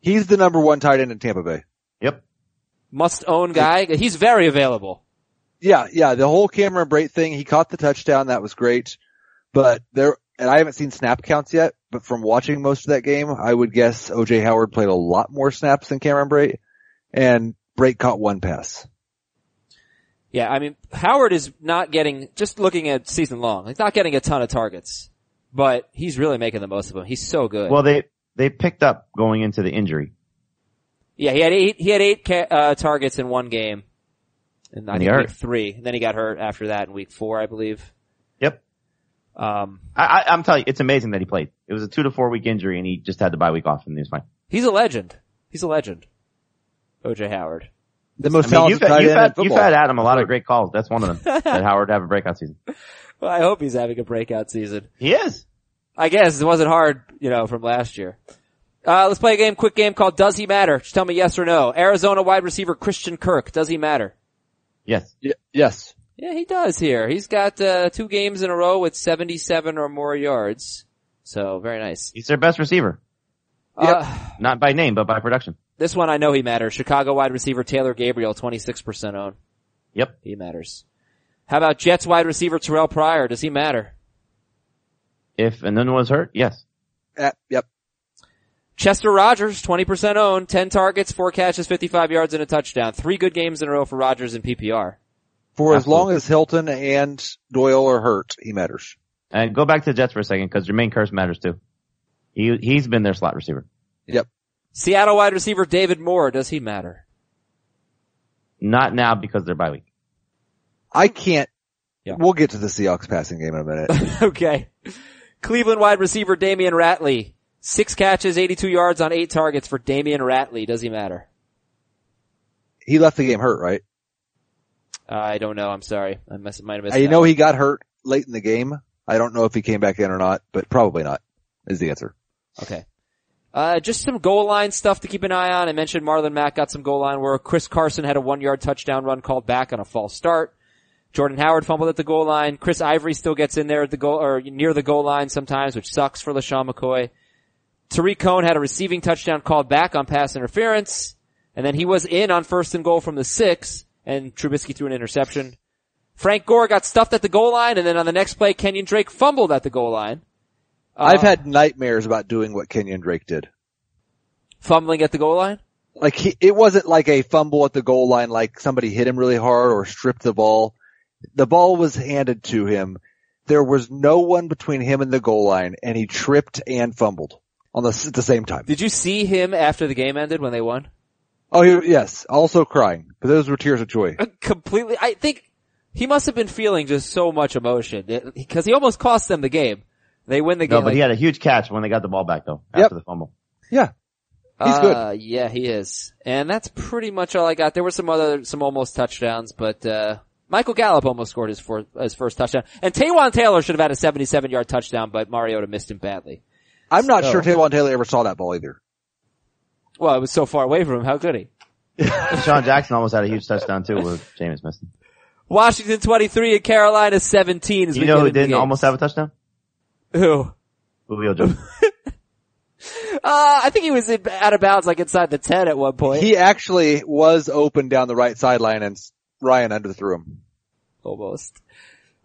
He's the number one tight end in Tampa Bay.
Yep.
Must own guy. He's very available.
Yeah, yeah, the whole Cameron Brate thing, he caught the touchdown, that was great. But there, and I haven't seen snap counts yet, but from watching most of that game, I would guess OJ Howard played a lot more snaps than Cameron Brate, and Brate caught one pass.
Yeah, I mean, Howard is not getting, just looking at season long, he's not getting a ton of targets, but he's really making the most of them. He's so good.
Well, they, they picked up going into the injury.
yeah, he had eight, he had eight ca- uh, targets in one game. And I
And
think
he
week
hurt.
three. And then he got hurt after that in week four, I believe.
Yep.
Um,
I, I, I'm telling you, it's amazing that he played. It was a two to four week injury and he just had the bye week off and he was fine.
he's a legend. He's a legend. OJ Howard.
The most
I mean, you've,
talented tight end
you've,
in
had, you've
football.
had Adam a lot of great calls. That's one of them. that Howard have a breakout season.
Well, I hope he's having a breakout season.
He is.
I guess it wasn't hard, you know, from last year. Uh, let's play a game, quick game called Does He Matter? Just tell me yes or no. Arizona wide receiver Christian Kirk, does he matter?
Yes.
Y- yes.
Yeah, he does here. He's got, uh, two games in a row with 77 or more yards. So, very nice.
He's their best receiver.
Uh,
Not by name, but by production.
this one I know he matters. Chicago wide receiver Taylor Gabriel, 26% own.
Yep.
He matters. How about Jets wide receiver Terrell Pryor? Does he matter?
If and then was hurt, yes.
Uh, yep.
Chester Rogers, 20% owned, 10 targets, 4 catches, 55 yards and a touchdown. Three good games in a row for Rogers in PPR.
For as
Absolutely.
long as Hilton and Doyle are hurt, he matters.
And go back to the Jets for a second because Jermaine Curse matters too. He he's been their slot receiver.
Seattle wide receiver David Moore, does he matter?
Not now because they're bye week.
I can't,
Yeah.
we'll get to the Seahawks passing game in a minute.
okay. Cleveland wide receiver Damian Ratley, 6 catches, 82 yards on 8 targets for Damian Ratley, does he matter?
he left the game hurt, right?
I don't know, I'm sorry. I must, might have missed
I
that.
Uh, know he got hurt late in the game. I don't know if he came back in or not, but probably not is the answer.
Okay. Uh, just some goal line stuff to keep an eye on. I mentioned Marlon Mack got some goal line work. Chris Carson had a one yard touchdown run called back on a false start. Jordan Howard fumbled at the goal line. Chris Ivory still gets in there at the goal or near the goal line sometimes, which sucks for LaShawn McCoy. Tariq Cohn had a receiving touchdown called back on pass interference. And then he was in on first and goal from the six and Trubisky threw an interception. Frank Gore got stuffed at the goal line and then on the next play, Kenyon Drake fumbled at the goal line.
I've
Uh,
had nightmares about doing what Kenyon Drake did.
Fumbling at the goal line.
Like he, it wasn't like a fumble at the goal line, like somebody hit him really hard or stripped the ball. The ball was handed to him. There was no one between him and the goal line and he tripped and fumbled on the, s- at the same time.
Did you see him after the game ended when they won?
Oh, he, yes. Also crying, but those were tears of joy.
Uh, Completely. I think he must have been feeling just so much emotion because he almost cost them the game. They win the
No,
game.
but he
like,
had a huge catch when they got the ball back though after
Yep.
the fumble.
Yeah. he's good.
uh, Yeah, he is. And that's pretty much all I got. There were some other, some almost touchdowns, but, uh, Michael Gallup almost scored his, four, his first touchdown. And Taywan Taylor should have had a 77 yard touchdown, but Mariota missed him badly.
I'm not
So-
sure Taylor Taylor ever saw that ball either.
Well, it was so far away from him. How could he?
Sean Jackson almost had a huge touchdown too with Jameis Winston.
Washington 23 and Carolina 17 is
You know who didn't almost have a touchdown?
Who?
Julio Jones.
Uh, I think he was in, out of bounds, like inside the 10 at one point.
He actually was open down the right sideline and s- Ryan underthrew him.
almost.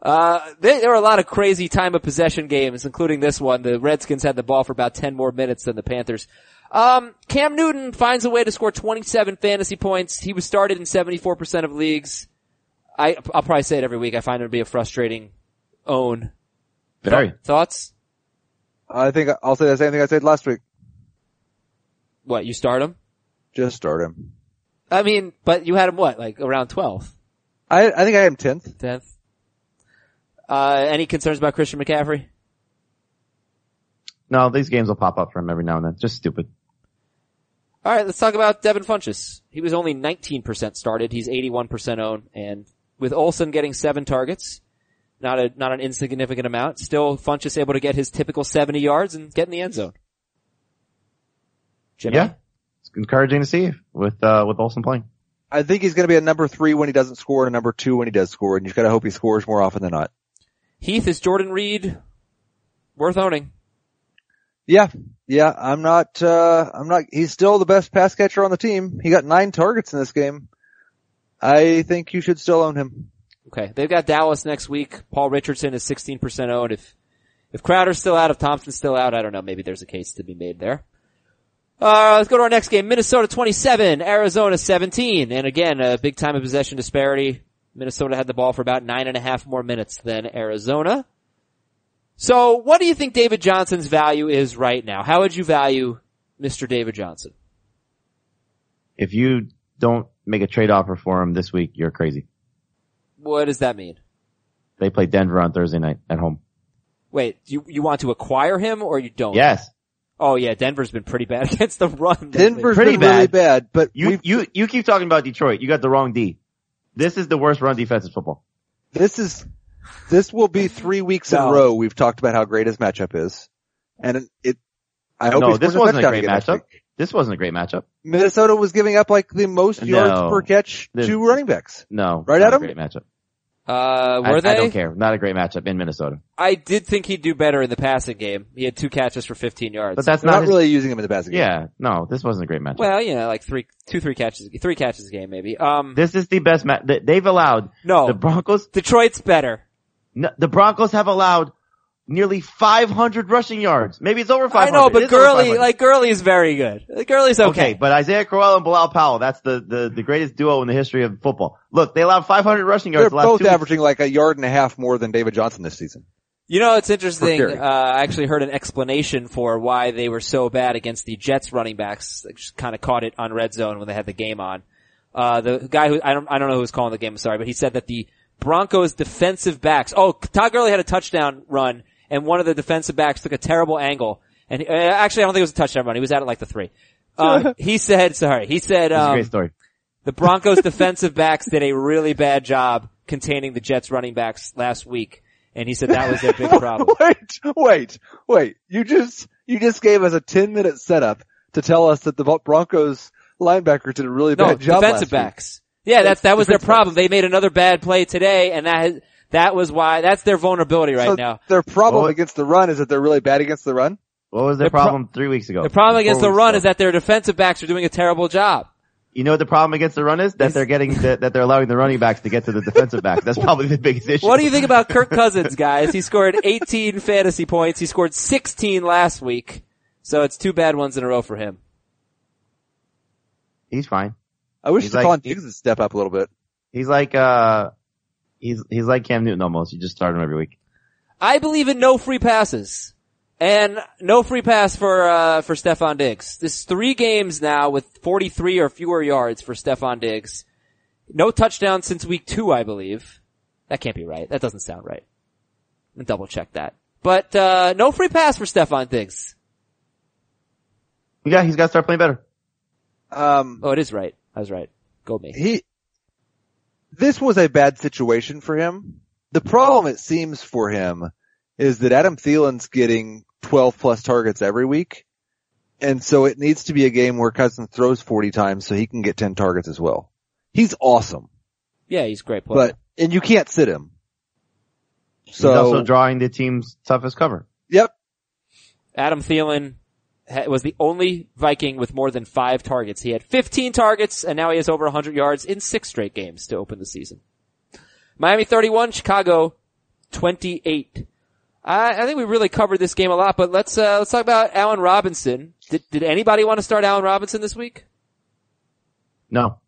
Uh, there, there were a lot of crazy time of possession games, including this one. The Redskins had the ball for about 10 more minutes than the Panthers. Um, Cam Newton finds a way to score 27 fantasy points. He was started in 74% of leagues. I, I'll probably say it every week. I find him to be a frustrating own.
Very.
Thoughts?
I think I'll say the same thing I said last week.
What, you start him?
Just start him.
I mean, but you had him what, like around 12,
I, I think I am 10th.
10th? Uh, any concerns about Christian McCaffrey?
No, these games will pop up for him every now and then. Just stupid.
All right, let's talk about Devin Funches. He was only 19% started. He's 81% owned, and with Olson getting seven targets, not a not an insignificant amount. Still, Funches able to get his typical 70 yards and get in the end zone. Jimmy?
Yeah. It's encouraging to see with, uh, with Olsen playing.
I think he's going to be a number three when he doesn't score and a number two when he does score. And you just got to hope he scores more often than not.
Heath is Jordan Reed worth owning.
Yeah. Yeah. I'm not, uh, I'm not, he's still the best pass catcher on the team. He got nine targets in this game. I think you should still own him.
Okay, they've got Dallas next week. Paul Richardson is 16% owned. If if Crowder's still out, if Thompson's still out, I don't know. Maybe there's a case to be made there. Uh, let's go to our next game. Minnesota 27, Arizona 17. And again, a big time of possession disparity. Minnesota had the ball for about nine and a half more minutes than Arizona. So what do you think David Johnson's value is right now? How would you value Mr. David Johnson?
If you don't make a trade offer for him this week, you're crazy.
What does that mean?
They play Denver on Thursday night at home.
Wait, you, you want to acquire him or you don't?
Yes.
Oh yeah, Denver's been pretty bad against the run. lately.
Denver's
Pretty
been really bad, but
You,
we've-
you, you keep talking about Detroit. You got the wrong D. This is the worst run defense in football.
this is, this will be three weeks in
No.
a row. We've talked about how great his matchup is. And it, I hope he
No,
scores
this wasn't a
touchdown
great
again next
matchup.
week.
This wasn't a great matchup.
Minnesota was giving up like the most yards
No.
per catch
This-
to running backs.
No.
Right,
not
Adam?
A great matchup.
Uh,
I,
were
I
they?
don't care. Not a great matchup in Minnesota.
I did think he'd do better in the passing game. He had two catches for 15 yards.
But that's
They're
not,
not
his-
really using him in the passing game.
Yeah. No, this wasn't a great matchup.
well, you know, like three, two, three catches, three catches a game maybe. Um,
this is the best match. They've allowed
no,
the Broncos.
Detroit's better.
no, The Broncos have allowed nearly 500 rushing yards. Maybe it's over 500.
I know,
It
but
is over
Gurley,
500.
like Gurley is very good. Like, Gurley's okay.
Okay, but Isaiah Crowell and Bilal Powell, that's the, the, the greatest duo in the history of football. Look, they allowed 500 rushing yards
They're
the last
both
two weeks.
averaging like a yard and a half more than David Johnson this season.
you know, it's interesting.
For Gurley.
Uh, I actually heard an explanation for why they were so bad against the Jets running backs. I just kind of caught it on red zone when they had the game on. Uh, the guy who I don't I don't know who was calling the game. I'm sorry, but he said that the Broncos defensive backs. Oh, Todd Gurley had a touchdown run, and one of the defensive backs took a terrible angle. And he, uh, actually, I don't think it was a touchdown run. He was at it like the three. Uh, he said, sorry, he said,
It's a
um,
great story.
The Broncos defensive backs did a really bad job containing the Jets running backs last week, and he said that was their big problem.
wait, wait, wait. You just, you just gave us a 10 minute setup to tell us that the Broncos linebackers did a really
No,
bad job
defensive
last week.
backs. Yeah, that's that was their
Defensive backs.
problem. They made another bad play today, and that has, that was why that's their vulnerability right
so
now.
Their problem
Well-
against the run is that they're really bad against the run.
What was their
The pro-
problem three weeks
oh,
ago?
The problem against
Four
the
weeks
run
ago?
is that their defensive backs are doing a terrible job.
you know what the problem against the run is that they're getting the, that they're allowing the running backs to get to the defensive backs. That's probably the biggest issue.
What do you think about Kirk Cousins, guys? He scored 18 fantasy points. He scored 16 last week, so it's two bad ones in a row for him.
He's fine.
I wish
He's
Stephon
like-
Diggs would step up a little bit.
He's like uh, he's he's like Cam Newton almost. You just start him every week.
I believe in no free passes. And no free pass for, uh, for Stefan Diggs. This is three games now with 43 or fewer yards for Stefan Diggs. No touchdown since week two, I believe. That can't be right. That doesn't sound right. I'm gonna double check that. But, uh, no free pass for Stefan Diggs.
Yeah, he's got to start playing better.
Um,
Oh, it is right. I was right. Go me.
he, this was a bad situation for him. The problem it seems for him is that Adam Thielen's getting 12 plus targets every week. And so it needs to be a game where Cousins throws 40 times so he can get 10 targets as well. He's awesome,
Yeah, he's a great player.
but, and you can't sit him.
So, he's also
So,
drawing the team's toughest cover.
yep,
Adam Thielen ha- was the only Viking with more than five targets. He had 15 targets and now he has over 100 yards in six straight games to open the season. Miami 31, Chicago 28. I, I think we really covered this game a lot, but let's, uh, let's talk about Allen Robinson. Did, did anybody want to start Allen Robinson this week?
No,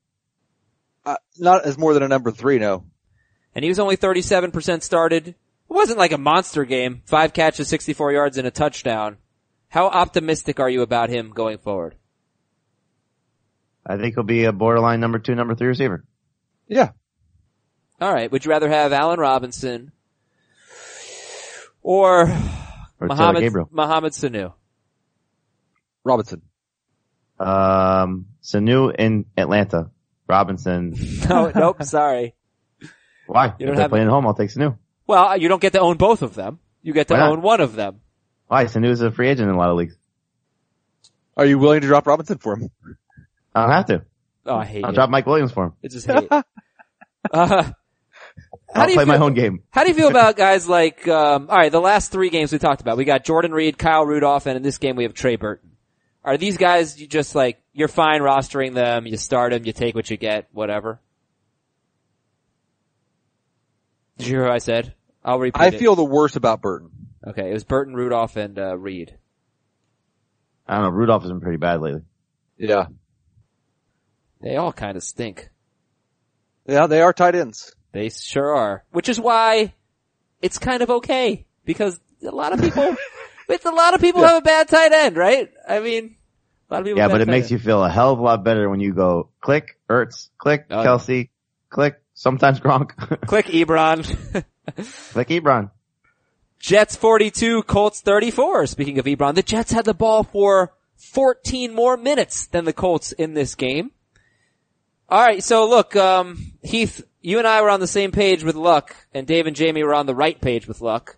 uh, not as more than a number three, no.
And he was only 37% started. It wasn't like a monster game. Five catches, 64 yards and a touchdown. How optimistic are you about him going forward?
I think he'll be a borderline number two, number three receiver.
Yeah.
All right. Would you rather have Allen Robinson or
Or Taylor
Muhammad
Gabriel.
Muhammad Sanu?
Robinson.
Um, Sanu in Atlanta. Robinson.
No, nope, sorry.
Why?
You don't
if they're
have-
playing at home, I'll take Sanu.
Well, uh, you don't get to own both of them. You get to
Why not?
own one of them.
Why? Sanu is a free agent in a lot of leagues.
Are you willing to drop Robinson for him?
I don't have to.
Oh, I hate
I'll
it.
drop Mike Williams for him.
It's just hate. Uh, how
I'll
do you
play my
feel-
own game.
How do you feel about guys like, um, all right, the last three games we talked about, we got Jordan Reed, Kyle Rudolph, and in this game we have Trey Burton. Are these guys you just like you're fine rostering them, you start them, you take what you get, whatever? Did you hear what I said? I'll repeat.
I
it.
feel the worst about Burton.
okay. It was Burton, Rudolph, and uh, Reed.
I don't know. Rudolph has been pretty bad lately.
Yeah.
They all kind of stink.
Yeah, they are tight ends.
They sure are. Which is why it's kind of okay because a lot of people, it's a lot of people have a bad tight end, right? I mean, a lot of people.
Yeah,
have
but
bad
it
tight
makes
end.
you feel a hell of a lot better when you go click Ertz, click
Oh, yeah.
Kelsey, click sometimes Gronk,
click Ebron.
click Ebron.
Jets 42, Colts 34. Speaking of Ebron, the Jets had the ball for 14 more minutes than the Colts in this game. All right, so look, um, Heath, you and I were on the same page with Luck, and Dave and Jamie were on the right page with Luck.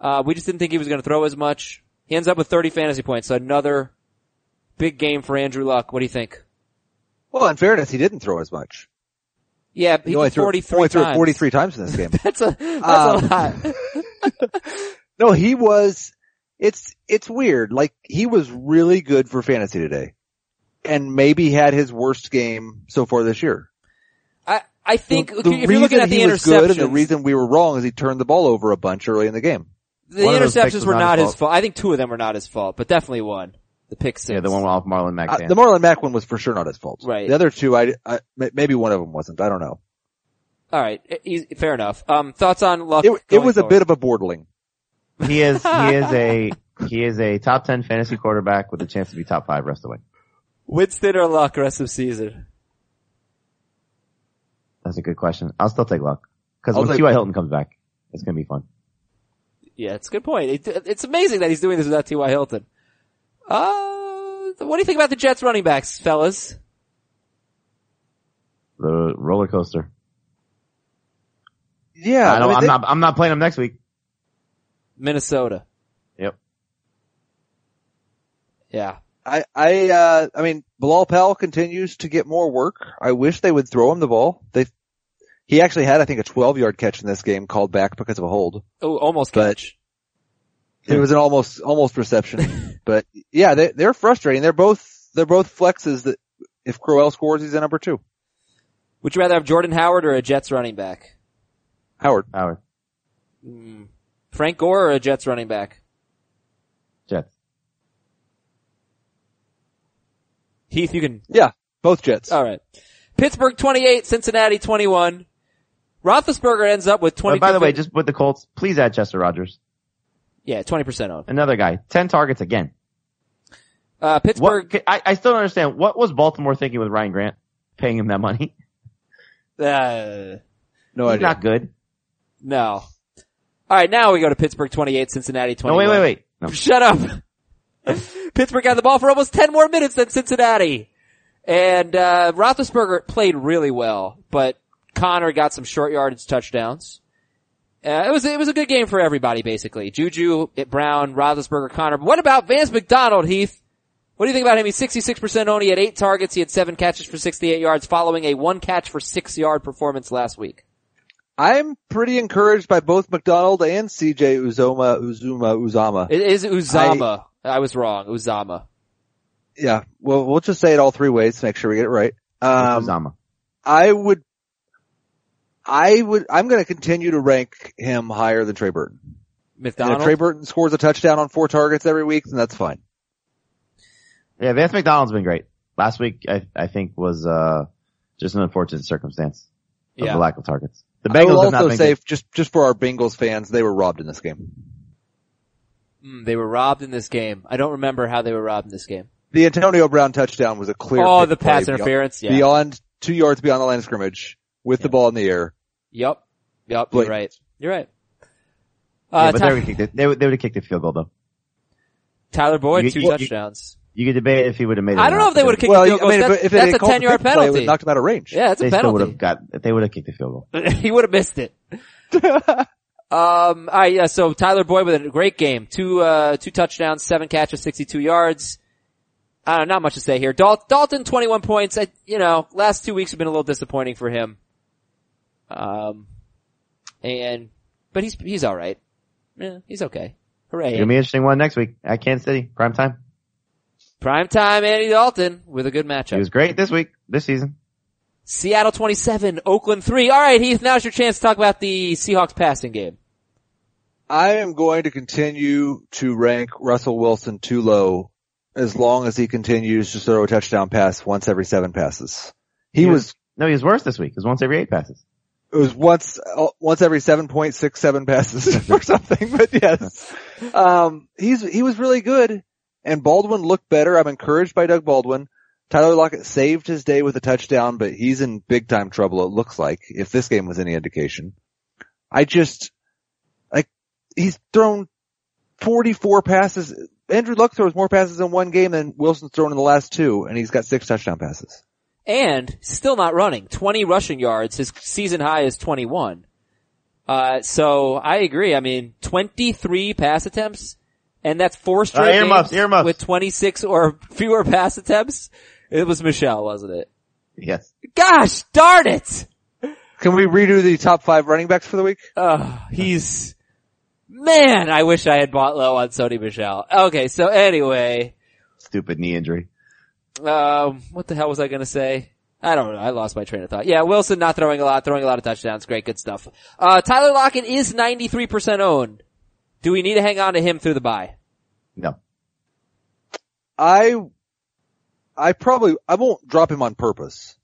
Uh, we just didn't think he was going to throw as much. He ends up with 30 fantasy points, so another big game for Andrew Luck. What do you think?
Well, in fairness, he didn't throw as much.
Yeah, he,
He only
did
threw,
43
only threw
times.
43 times in this game.
That's a that's a
Um,
lot.
No, he was. It's it's weird. Like he was really good for fantasy today, and maybe had his worst game so far this year.
I I think
the,
if
the
you're- if you're looking
reason
at the
he was good and the
interceptions,
reason we were wrong is he turned the ball over a bunch early in the game.
The
One of those picks
interceptions
was
were not
not his
his fault. I think two of them were not his fault, but definitely one. The pick six.
Yeah, the one off Marlon Mack.
Uh,
fan.
the Marlon Mack one was for sure not his fault.
Right.
The other two, I, I may- maybe one of them wasn't. I don't know.
All right, e- e- fair enough. Um, thoughts on luck?
It it was a bit of a borderling.
he is he is a he is a top ten fantasy quarterback with a chance to be top five rest of the way.
Winston or luck rest of season.
That's a good question. I'll still take luck because
I'll
when
take-
T.Y. Hilton comes back, it's gonna be fun.
Yeah, it's a good point. It, it's amazing that he's doing this without T.Y. Hilton. Uh, what do you think about the Jets running backs, fellas?
The roller coaster.
Yeah,
I don't,
mean,
I am
they-
not I'm not playing him next week.
Minnesota.
Yep.
Yeah.
I, I, uh, I mean, Bilal Powell continues to get more work. I wish they would throw him the ball. They, he actually had, I think, a 12 yard catch in this game called back because of a hold.
Oh, almost
But-
catch.
It was an almost, almost reception. but yeah, they, they're frustrating. They're both, they're both flexes that if Crowell scores, he's a number two.
Would you rather have Jordan Howard or a Jets running back?
Howard.
Howard
Frank Gore or a Jets running back?
Jets.
Heath, you can
Yeah. Both Jets.
Oh,
All right. Pittsburgh 28, Cincinnati 21. Roethlisberger ends up with 20.
But Oh, by the way, just with the Colts, please add Chester Rogers,
yeah, 20% owned.
another guy, ten targets again.
Uh, Pittsburgh,
What, I, I still don't understand. What was Baltimore thinking with Ryan Grant paying him that money?
uh,
No
He's
idea.
not good.
no. All right, now we go to Pittsburgh 28, Cincinnati 21.
No, wait, wait, wait. No.
Shut up. Pittsburgh got the ball for almost 10 more minutes than Cincinnati. And, uh, Roethlisberger played really well, but Connor got some short yardage touchdowns. Uh, it was, it was a good game for everybody, basically. Juju, it, Brown, Roethlisberger, Connor. But what about Vance McDonald, Heath? What do you think about him? He's 66% owned. He had eight targets. He had seven catches for 68 yards following a one catch for six yard performance last week.
I'm pretty encouraged by both McDonald and CJ Uzoma, Uzuma, Uzama.
It is Uzama. I was wrong. Uzama.
yeah. Well, we'll just say it all three ways to make sure we get it right. Um,
Uzama.
I would, I would, I'm going to continue to rank him higher than Trey Burton. And
McDonald.
if Trey Burton scores a touchdown on four targets every week, then that's fine.
Yeah, Vance McDonald's been great. Last week, I, I think was, uh, just an unfortunate circumstance of
Yeah.
the lack of targets. The
I will
Bengals have not
also
been
say,
good.
just just for our Bengals fans, they were robbed in this game.
Mm, they were robbed in this game. I don't remember how they were robbed in this game.
The Antonio Brown touchdown was a clear.
Oh,
pick
the
play
pass
beyond-
interference. Yeah.
beyond two yards beyond the line of scrimmage with the ball in the air.
Yep. Yep. You're
Blake.
right. You're right.
Yeah,
Uh,
but
Ty-
they would have kicked it. They would, they would have kicked a field goal though.
Tyler Boyd,
You-
two
you-
touchdowns.
You could debate if he would have made it.
I don't
or
know
not,
if they
but
would have kicked
well,
the field
I
goal.
mean,
that's
if, if
that's
they
a
called
ten yard
the pick play, it would
penalty.
have knocked him out of range.
yeah, it's
They
a
still would
penalty.
have got. They would have kicked the field goal.
he would have missed it. um, all right, yeah, so Tyler Boyd with a great game. Two, uh, two touchdowns, seven catches, 62 yards. I don't know, not much to say here. Dal- Dalton, 21 points. I, you know, last two weeks have been a little disappointing for him. Um, and, but he's, he's alright. Yeah, he's okay. Hooray.
It's gonna be an interesting one next week at Kansas City prime time.
Prime time Andy Dalton with a good matchup.
He was great this week, this season.
Seattle 27, Oakland 3. Alright, Heath, now's your chance to talk about the Seahawks passing game.
I am going to continue to rank Russell Wilson too low as long as he continues to throw a touchdown pass once every seven passes. He
Yeah.
was,
No, he was worse this week. It was once every eight passes.
it was once, uh, once every 7.67 passes or something, but yes. Um, he's, he was really good and Baldwin looked better. I'm encouraged by Doug Baldwin. Tyler Lockett saved his day with a touchdown, but he's in big time trouble. It looks like if this game was any indication, I just like he's thrown 44 passes. Andrew Luck throws more passes in one game than Wilson's thrown in the last two, and he's got six touchdown passes.
and still not running. 20 rushing yards. His season high is 21. Uh, so I agree. I mean, 23 pass attempts and that's four straight
Uh, earmuffs,
games
earmuffs.
with 26 or fewer pass attempts. It was Michelle, wasn't it?
Yes.
Gosh darn it.
Can we redo the top five running backs for the week?
Ugh, he's, man, I wish I had bought low on Sony Michelle. Okay. So anyway,
Stupid knee injury.
um, what the hell was I going to say? I don't know. I lost my train of thought. Yeah, Wilson not throwing a lot, throwing a lot of touchdowns. Great, good stuff. Uh, Tyler Lockett is 93% owned. Do we need to hang on to him through the bye?
No.
I, I probably, I won't drop him on purpose,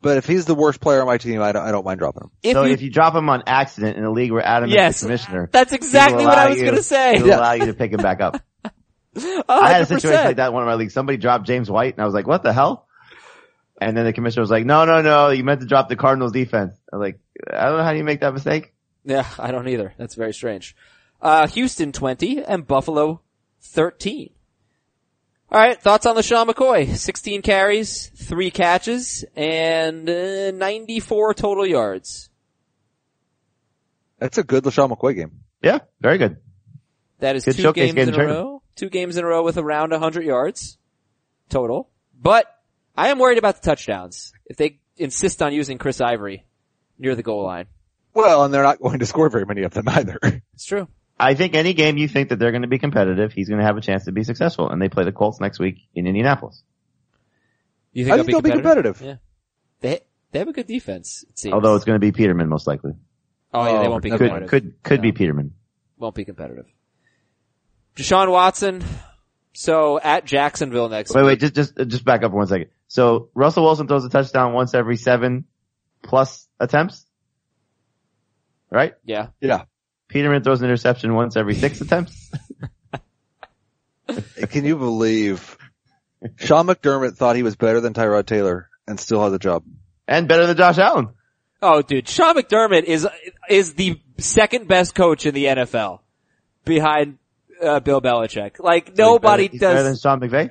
but if he's the worst player on my team, I don't, I don't mind dropping him.
If
so
you,
if you drop him on accident in a league where Adam
Yes.
is the commissioner,
that's exactly
he'll
what I
allow
was
you-
going to say. Oh,
he'll
Yeah.
allow you to pick him back up.
100%.
I had a situation like that in one of my leagues. Somebody dropped James White, and I was like, "What the hell?" And then the commissioner was like, "No, no, no, you meant to drop the Cardinals defense." I was like, "I don't know how you make that mistake."
Yeah, I don't either. That's very strange. Uh, Houston 20 and Buffalo 13. Alright, thoughts on LaShawn McCoy? 16 carries, 3 catches, and uh, 94 total yards.
That's a good LaShawn McCoy game.
Yeah, very good.
That is
Good
two
showcase
games in
game
a
training.
row. Two games in a row with around 100 yards total. But I am worried about the touchdowns. If they insist on using Chris Ivory near the goal line.
Well, and they're not going to score very many of them either.
It's true.
I think any game you think that they're going to be competitive, he's going to have a chance to be successful. And they play the Colts next week in Indianapolis.
You
I think they'll be competitive.
Yeah. They, they have a good defense, it seems.
Although it's going to be Peterman most likely.
oh yeah, they won't be
Oh,
competitive.
Could could could be Peterman.
won't be competitive. Deshaun Watson, so at Jacksonville next
Wait, wait, just just just back up for one second. So Russell Wilson throws a touchdown once every seven plus attempts, right?
Yeah.
Yeah.
Peterman throws an interception once every six attempts.
Can you believe Sean McDermott thought he was better than Tyrod Taylor and still has a job?
and better than Josh Allen.
Oh dude, Sean McDermott is, is the second best coach in the NFL behind uh, Bill Belichick. Like nobody
he's
does.
better than Sean McVay.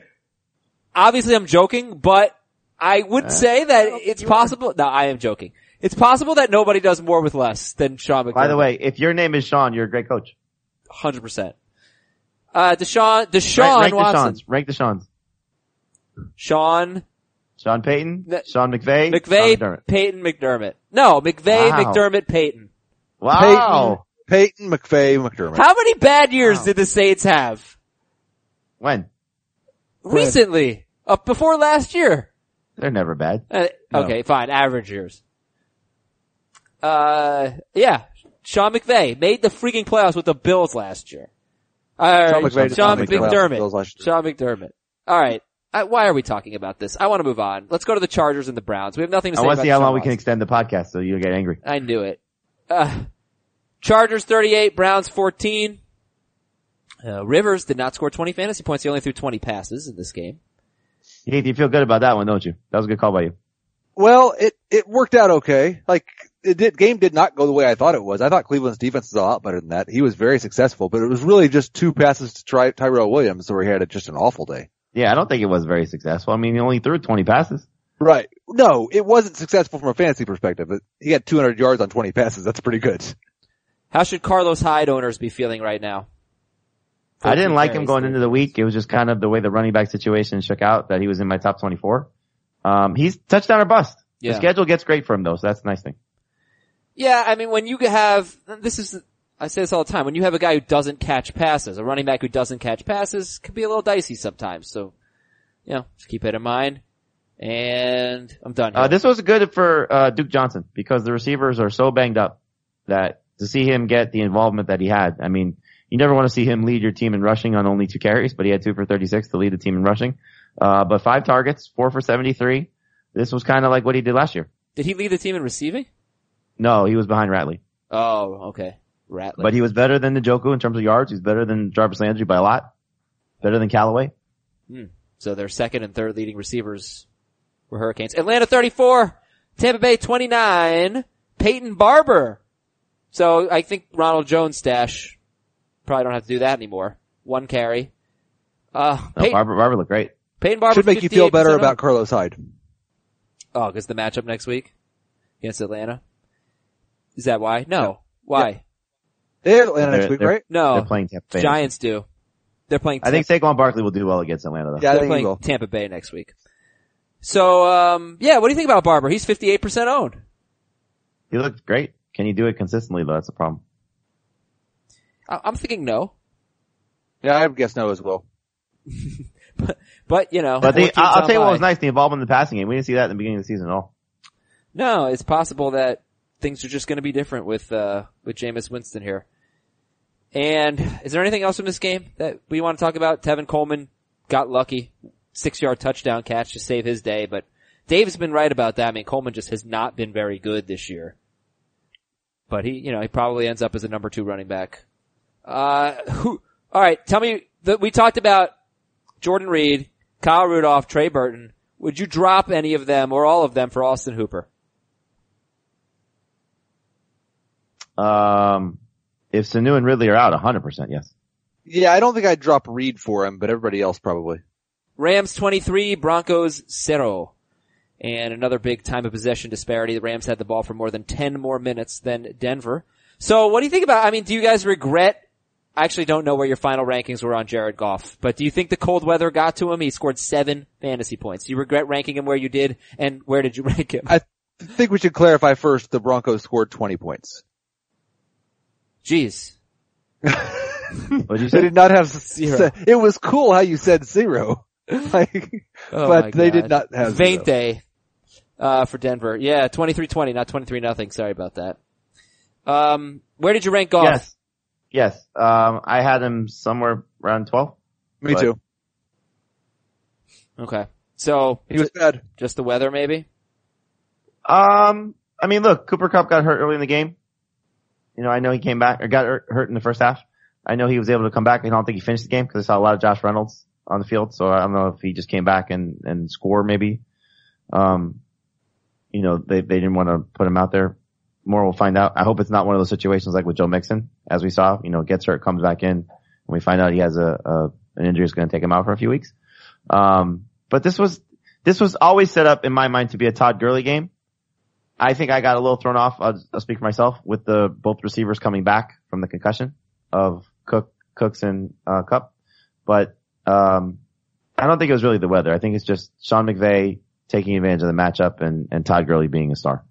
obviously I'm joking, but I would say that it's possible. No, I am joking. It's possible that nobody does more with less than Sean McDermott.
By the way, if your name is Sean, you're a great coach.
hundred percent. Uh, Deshaun,
Ra-
Deshaun
rank,
Watson,
the Sean's. Rank the Sean's.
Sean
Sean Payton,
The-
Sean McVay,
McVeigh,
Sean McDermott.
Peyton, McDermott. No, McVeigh,
Wow.
McDermott, Peyton.
Wow.
Peyton, Peyton McVay, McDermott.
How many bad years
Wow.
did the Saints have?
When?
Recently. Up before last year.
They're never bad.
Uh,
No.
Okay, fine. Average years. Uh, yeah. Sean McVay made the freaking playoffs with the Bills last year. All right,
McVay did
Sean
not make the playoffs with the Bills
McDermott.
last year.
Sean McDermott. Alright. Why are we talking about this? I want to move on. Let's go to the Chargers and the Browns. We have nothing to
I
say
want to
about
see how
Deshaun
long we
Watson.
can extend the podcast so you get angry.
I knew it. Uh, Chargers 38, Browns 14. Uh, Rivers did not score 20 fantasy points. He only threw 20 passes in this game.
Heath, you feel good about that one, don't you? That was a good call by you.
Well, it, it worked out okay. Like, it did, game did not go the way I thought it was. I thought Cleveland's defense was a lot better than that. He was very successful, but it was really just two passes to try, Tyrell Williams where he had a, just an awful day.
Yeah, I don't think it was very successful. I mean, he only threw 20 passes.
Right. No, it wasn't successful from a fantasy perspective, but he got 200 yards on 20 passes. That's pretty good.
How should Carlos Hyde owners be feeling right now?
I didn't like him
Carries,
going
three
into the week. It was just kind of the way the running back situation shook out that he was in my top 24. Um, he's touchdown or bust.
Yeah.
The schedule gets great for him though, so that's a nice thing.
Yeah, I mean, when you have, this is, I say this all the time, when you have a guy who doesn't catch passes, a running back who doesn't catch passes, can be a little dicey sometimes. So, you know, just keep that in mind. And I'm done.
Uh,
here.
this was good for uh, Duke Johnson because the receivers are so banged up that to see him get the involvement that he had. I mean, you never want to see him lead your team in rushing on only two carries, but he had two for 36 to lead the team in rushing. Uh, but five targets, four for 73. This was kind of like what he did last year.
Did he lead the team in receiving?
No, he was behind Ratley,
Oh, okay. Rattler.
but he was better than Njoku in terms of yards. He's better than Jarvis Landry by a lot. Better than Callaway.
So their second and third leading receivers were Hurricanes. Atlanta 34, Tampa Bay 29, Peyton Barber. So I think Ronald Jones stash probably don't have to do that anymore. One carry. Uh,
No,
Peyton,
Barber, Barber looked great.
Peyton Barber
Should make you feel
58%
better
owned.
about Carlos Hyde.
Oh, because the matchup next week against Atlanta. Is that why? No. Why?
They have Atlanta next
They're-
week,
they're-
right?
They're
No.
playing Tampa Bay.
Oh, Giants do. They're playing.
I think Saquon Barkley will do well against Atlanta though.
Yeah,
they're
I think he
playing
will.
Tampa Bay next week. So um, yeah, what do you think about Barber? He's fifty eight percent owned.
He looked great. Can you do it consistently though? That's a problem.
I- I'm thinking no,
Yeah, I would guess no as well.
but you know,
But the,
14's
I'll, I'll tell you what
online.
was nice, the involvement in the passing game. We didn't see that in the beginning of the season at all.
No, it's possible that things are just going to be different with uh with Jameis Winston here. And is there anything else from this game that we want to talk about? Tevin Coleman got lucky, six yard touchdown catch to save his day, but Dave's been right about that. I mean, Coleman just has not been very good this year. But he, you know, he probably ends up as a number two running back. Uh, who, alright, tell me, that we talked about Jordan Reed, Kyle Rudolph, Trey Burton. Would you drop any of them or all of them for Austin Hooper?
Um, if Sanu and Ridley are out, 100% yes.
Yeah, I don't think I'd drop Reed for him, but everybody else probably.
Rams 23, Broncos 0. And another big time of possession disparity. The Rams had the ball for more than 10 more minutes than Denver. So what do you think about, I mean, do you guys regret, I actually don't know where your final rankings were on Jared Goff, but do you think the cold weather got to him? He scored seven fantasy points. Do you regret ranking him where you did and where did you rank him?
I think we should clarify first the Broncos scored 20 points.
Jeez.
What did
They
you say?
did not have
Zero.
zero. It was cool how you said zero. Like,
Oh my
but they
God.
did not have zero.
20, uh, for Denver. Yeah, 23-20, not 23-0. Sorry about that. Um, where did you rank Goff?
Yes. Yes. Um, I had him somewhere around 12.
Me
But-
too.
Okay. So
He was bad.
Just the weather, maybe.
Um, I mean, look, Cooper Cup got hurt early in the game. You know, I know he came back or got hurt- hurt in the first half. I know he was able to come back. I don't think he finished the game because I saw a lot of Josh Reynolds on the field. So I don't know if he just came back and, and score maybe. Um, you know, they, they didn't want to put him out there. More we'll find out. I hope it's not one of those situations like with Joe Mixon, as we saw, you know, gets hurt, comes back in and we find out he has a, a an injury that's going to take him out for a few weeks. Um, but this was, this was always set up in my mind to be a Todd Gurley game. I think I got a little thrown off. I'll, I'll speak for myself with the both receivers coming back from the concussion of Cook, Cooks and uh, Cup, but um, I don't think it was really the weather. I think it's just Sean McVay taking advantage of the matchup and, and Todd Gurley being a star.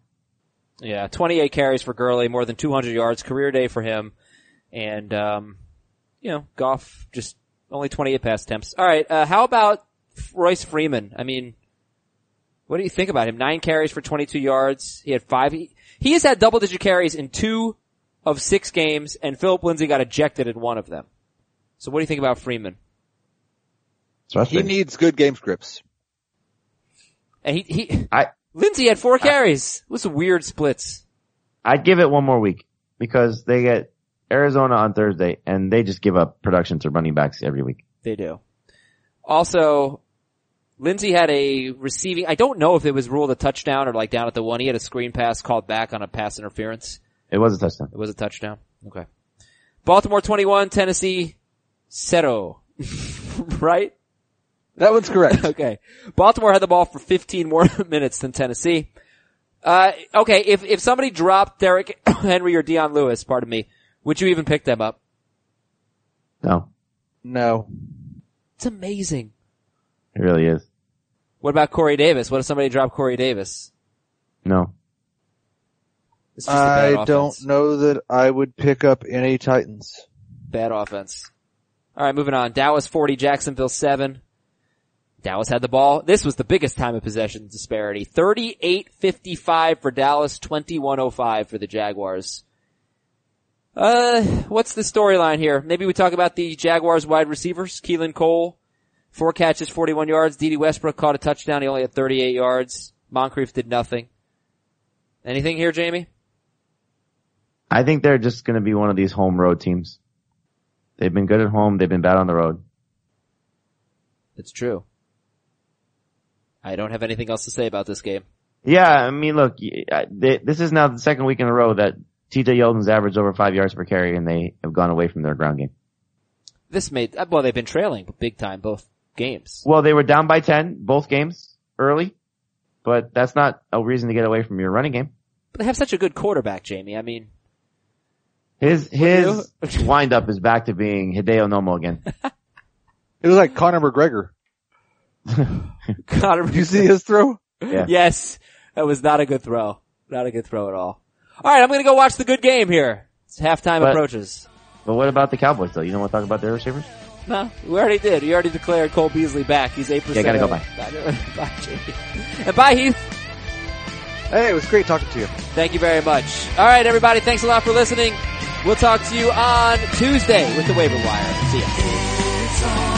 Yeah, 28 carries for Gurley, more than 200 yards, career day for him. And, um, you know, Goff just only 28 pass attempts. All right, uh, how about Royce Freeman? I mean, what do you think about him? Nine carries for 22 yards. He had five. He, he has had double digit carries in two of six games, and Philip Lindsay got ejected in one of them. So what do you think about Freeman?
So that's
He
big.
needs good game scripts.
And he, he,
I
Lindsay had four carries. It was weird splits.
I'd give it one more week because they get Arizona on Thursday and they just give up production to running backs every week.
They do. Also, Lindsey had a receiving, I don't know if it was ruled a touchdown or like down at the one. He had a screen pass called back on a pass interference.
It was a touchdown.
It was a touchdown. Okay. Baltimore 21, Tennessee, Cero. right?
That one's correct.
Okay. Baltimore had the ball for 15 more minutes than Tennessee. Uh, okay, if, if somebody dropped Derek Henry or Dion Lewis, pardon me, would you even pick them up?
No,
No.
It's amazing.
it really is.
What about Corey Davis? What if somebody dropped Corey Davis?
No.
It's just a bad
I
offense.
don't know that I would pick up any Titans.
Bad offense. All right, moving on. Dallas 40, Jacksonville 7. Dallas had the ball. This was the biggest time of possession disparity. 38-55 for Dallas, 21-05 for the Jaguars. Uh, what's the storyline here? Maybe we talk about the Jaguars wide receivers. Keelan Cole, four catches, 41 yards. D.D. Westbrook caught a touchdown. He only had 38 yards. Moncrief did nothing. Anything here, Jamie?
I think they're just going to be one of these home road teams. They've been good at home. They've been bad on the road.
It's true. I don't have anything else to say about this game.
Yeah, I mean, look, y- I- th- this is now the second week in a row that T.J. Yeldon's averaged over five yards per carry, and they have gone away from their ground game.
This made uh, well. They've been trailing big time both games.
Well, they were down by ten both games early, but that's not a reason to get away from your running game.
But they have such a good quarterback, Jamie. I mean,
His his
you-
wind up is back to being Hideo Nomo again.
It was like Conor McGregor.
Connor.
Did you see his throw?
Yeah.
yes, that was not a good throw. Not a good throw at all. All right, I'm gonna go watch the good game here. It's halftime
But-
approaches.
But what about the Cowboys though? You don't want to talk about their receivers?
No, we already did. We already declared Cole Beasley back. He's eight
Yeah,
percent.
gotta go,
Bye, bye, Jamie. And bye, Heath.
Hey, it was great talking to you.
Thank you very much. All right, everybody. Thanks a lot for listening. We'll talk to you on Tuesday with the waiver wire. See ya.
It's all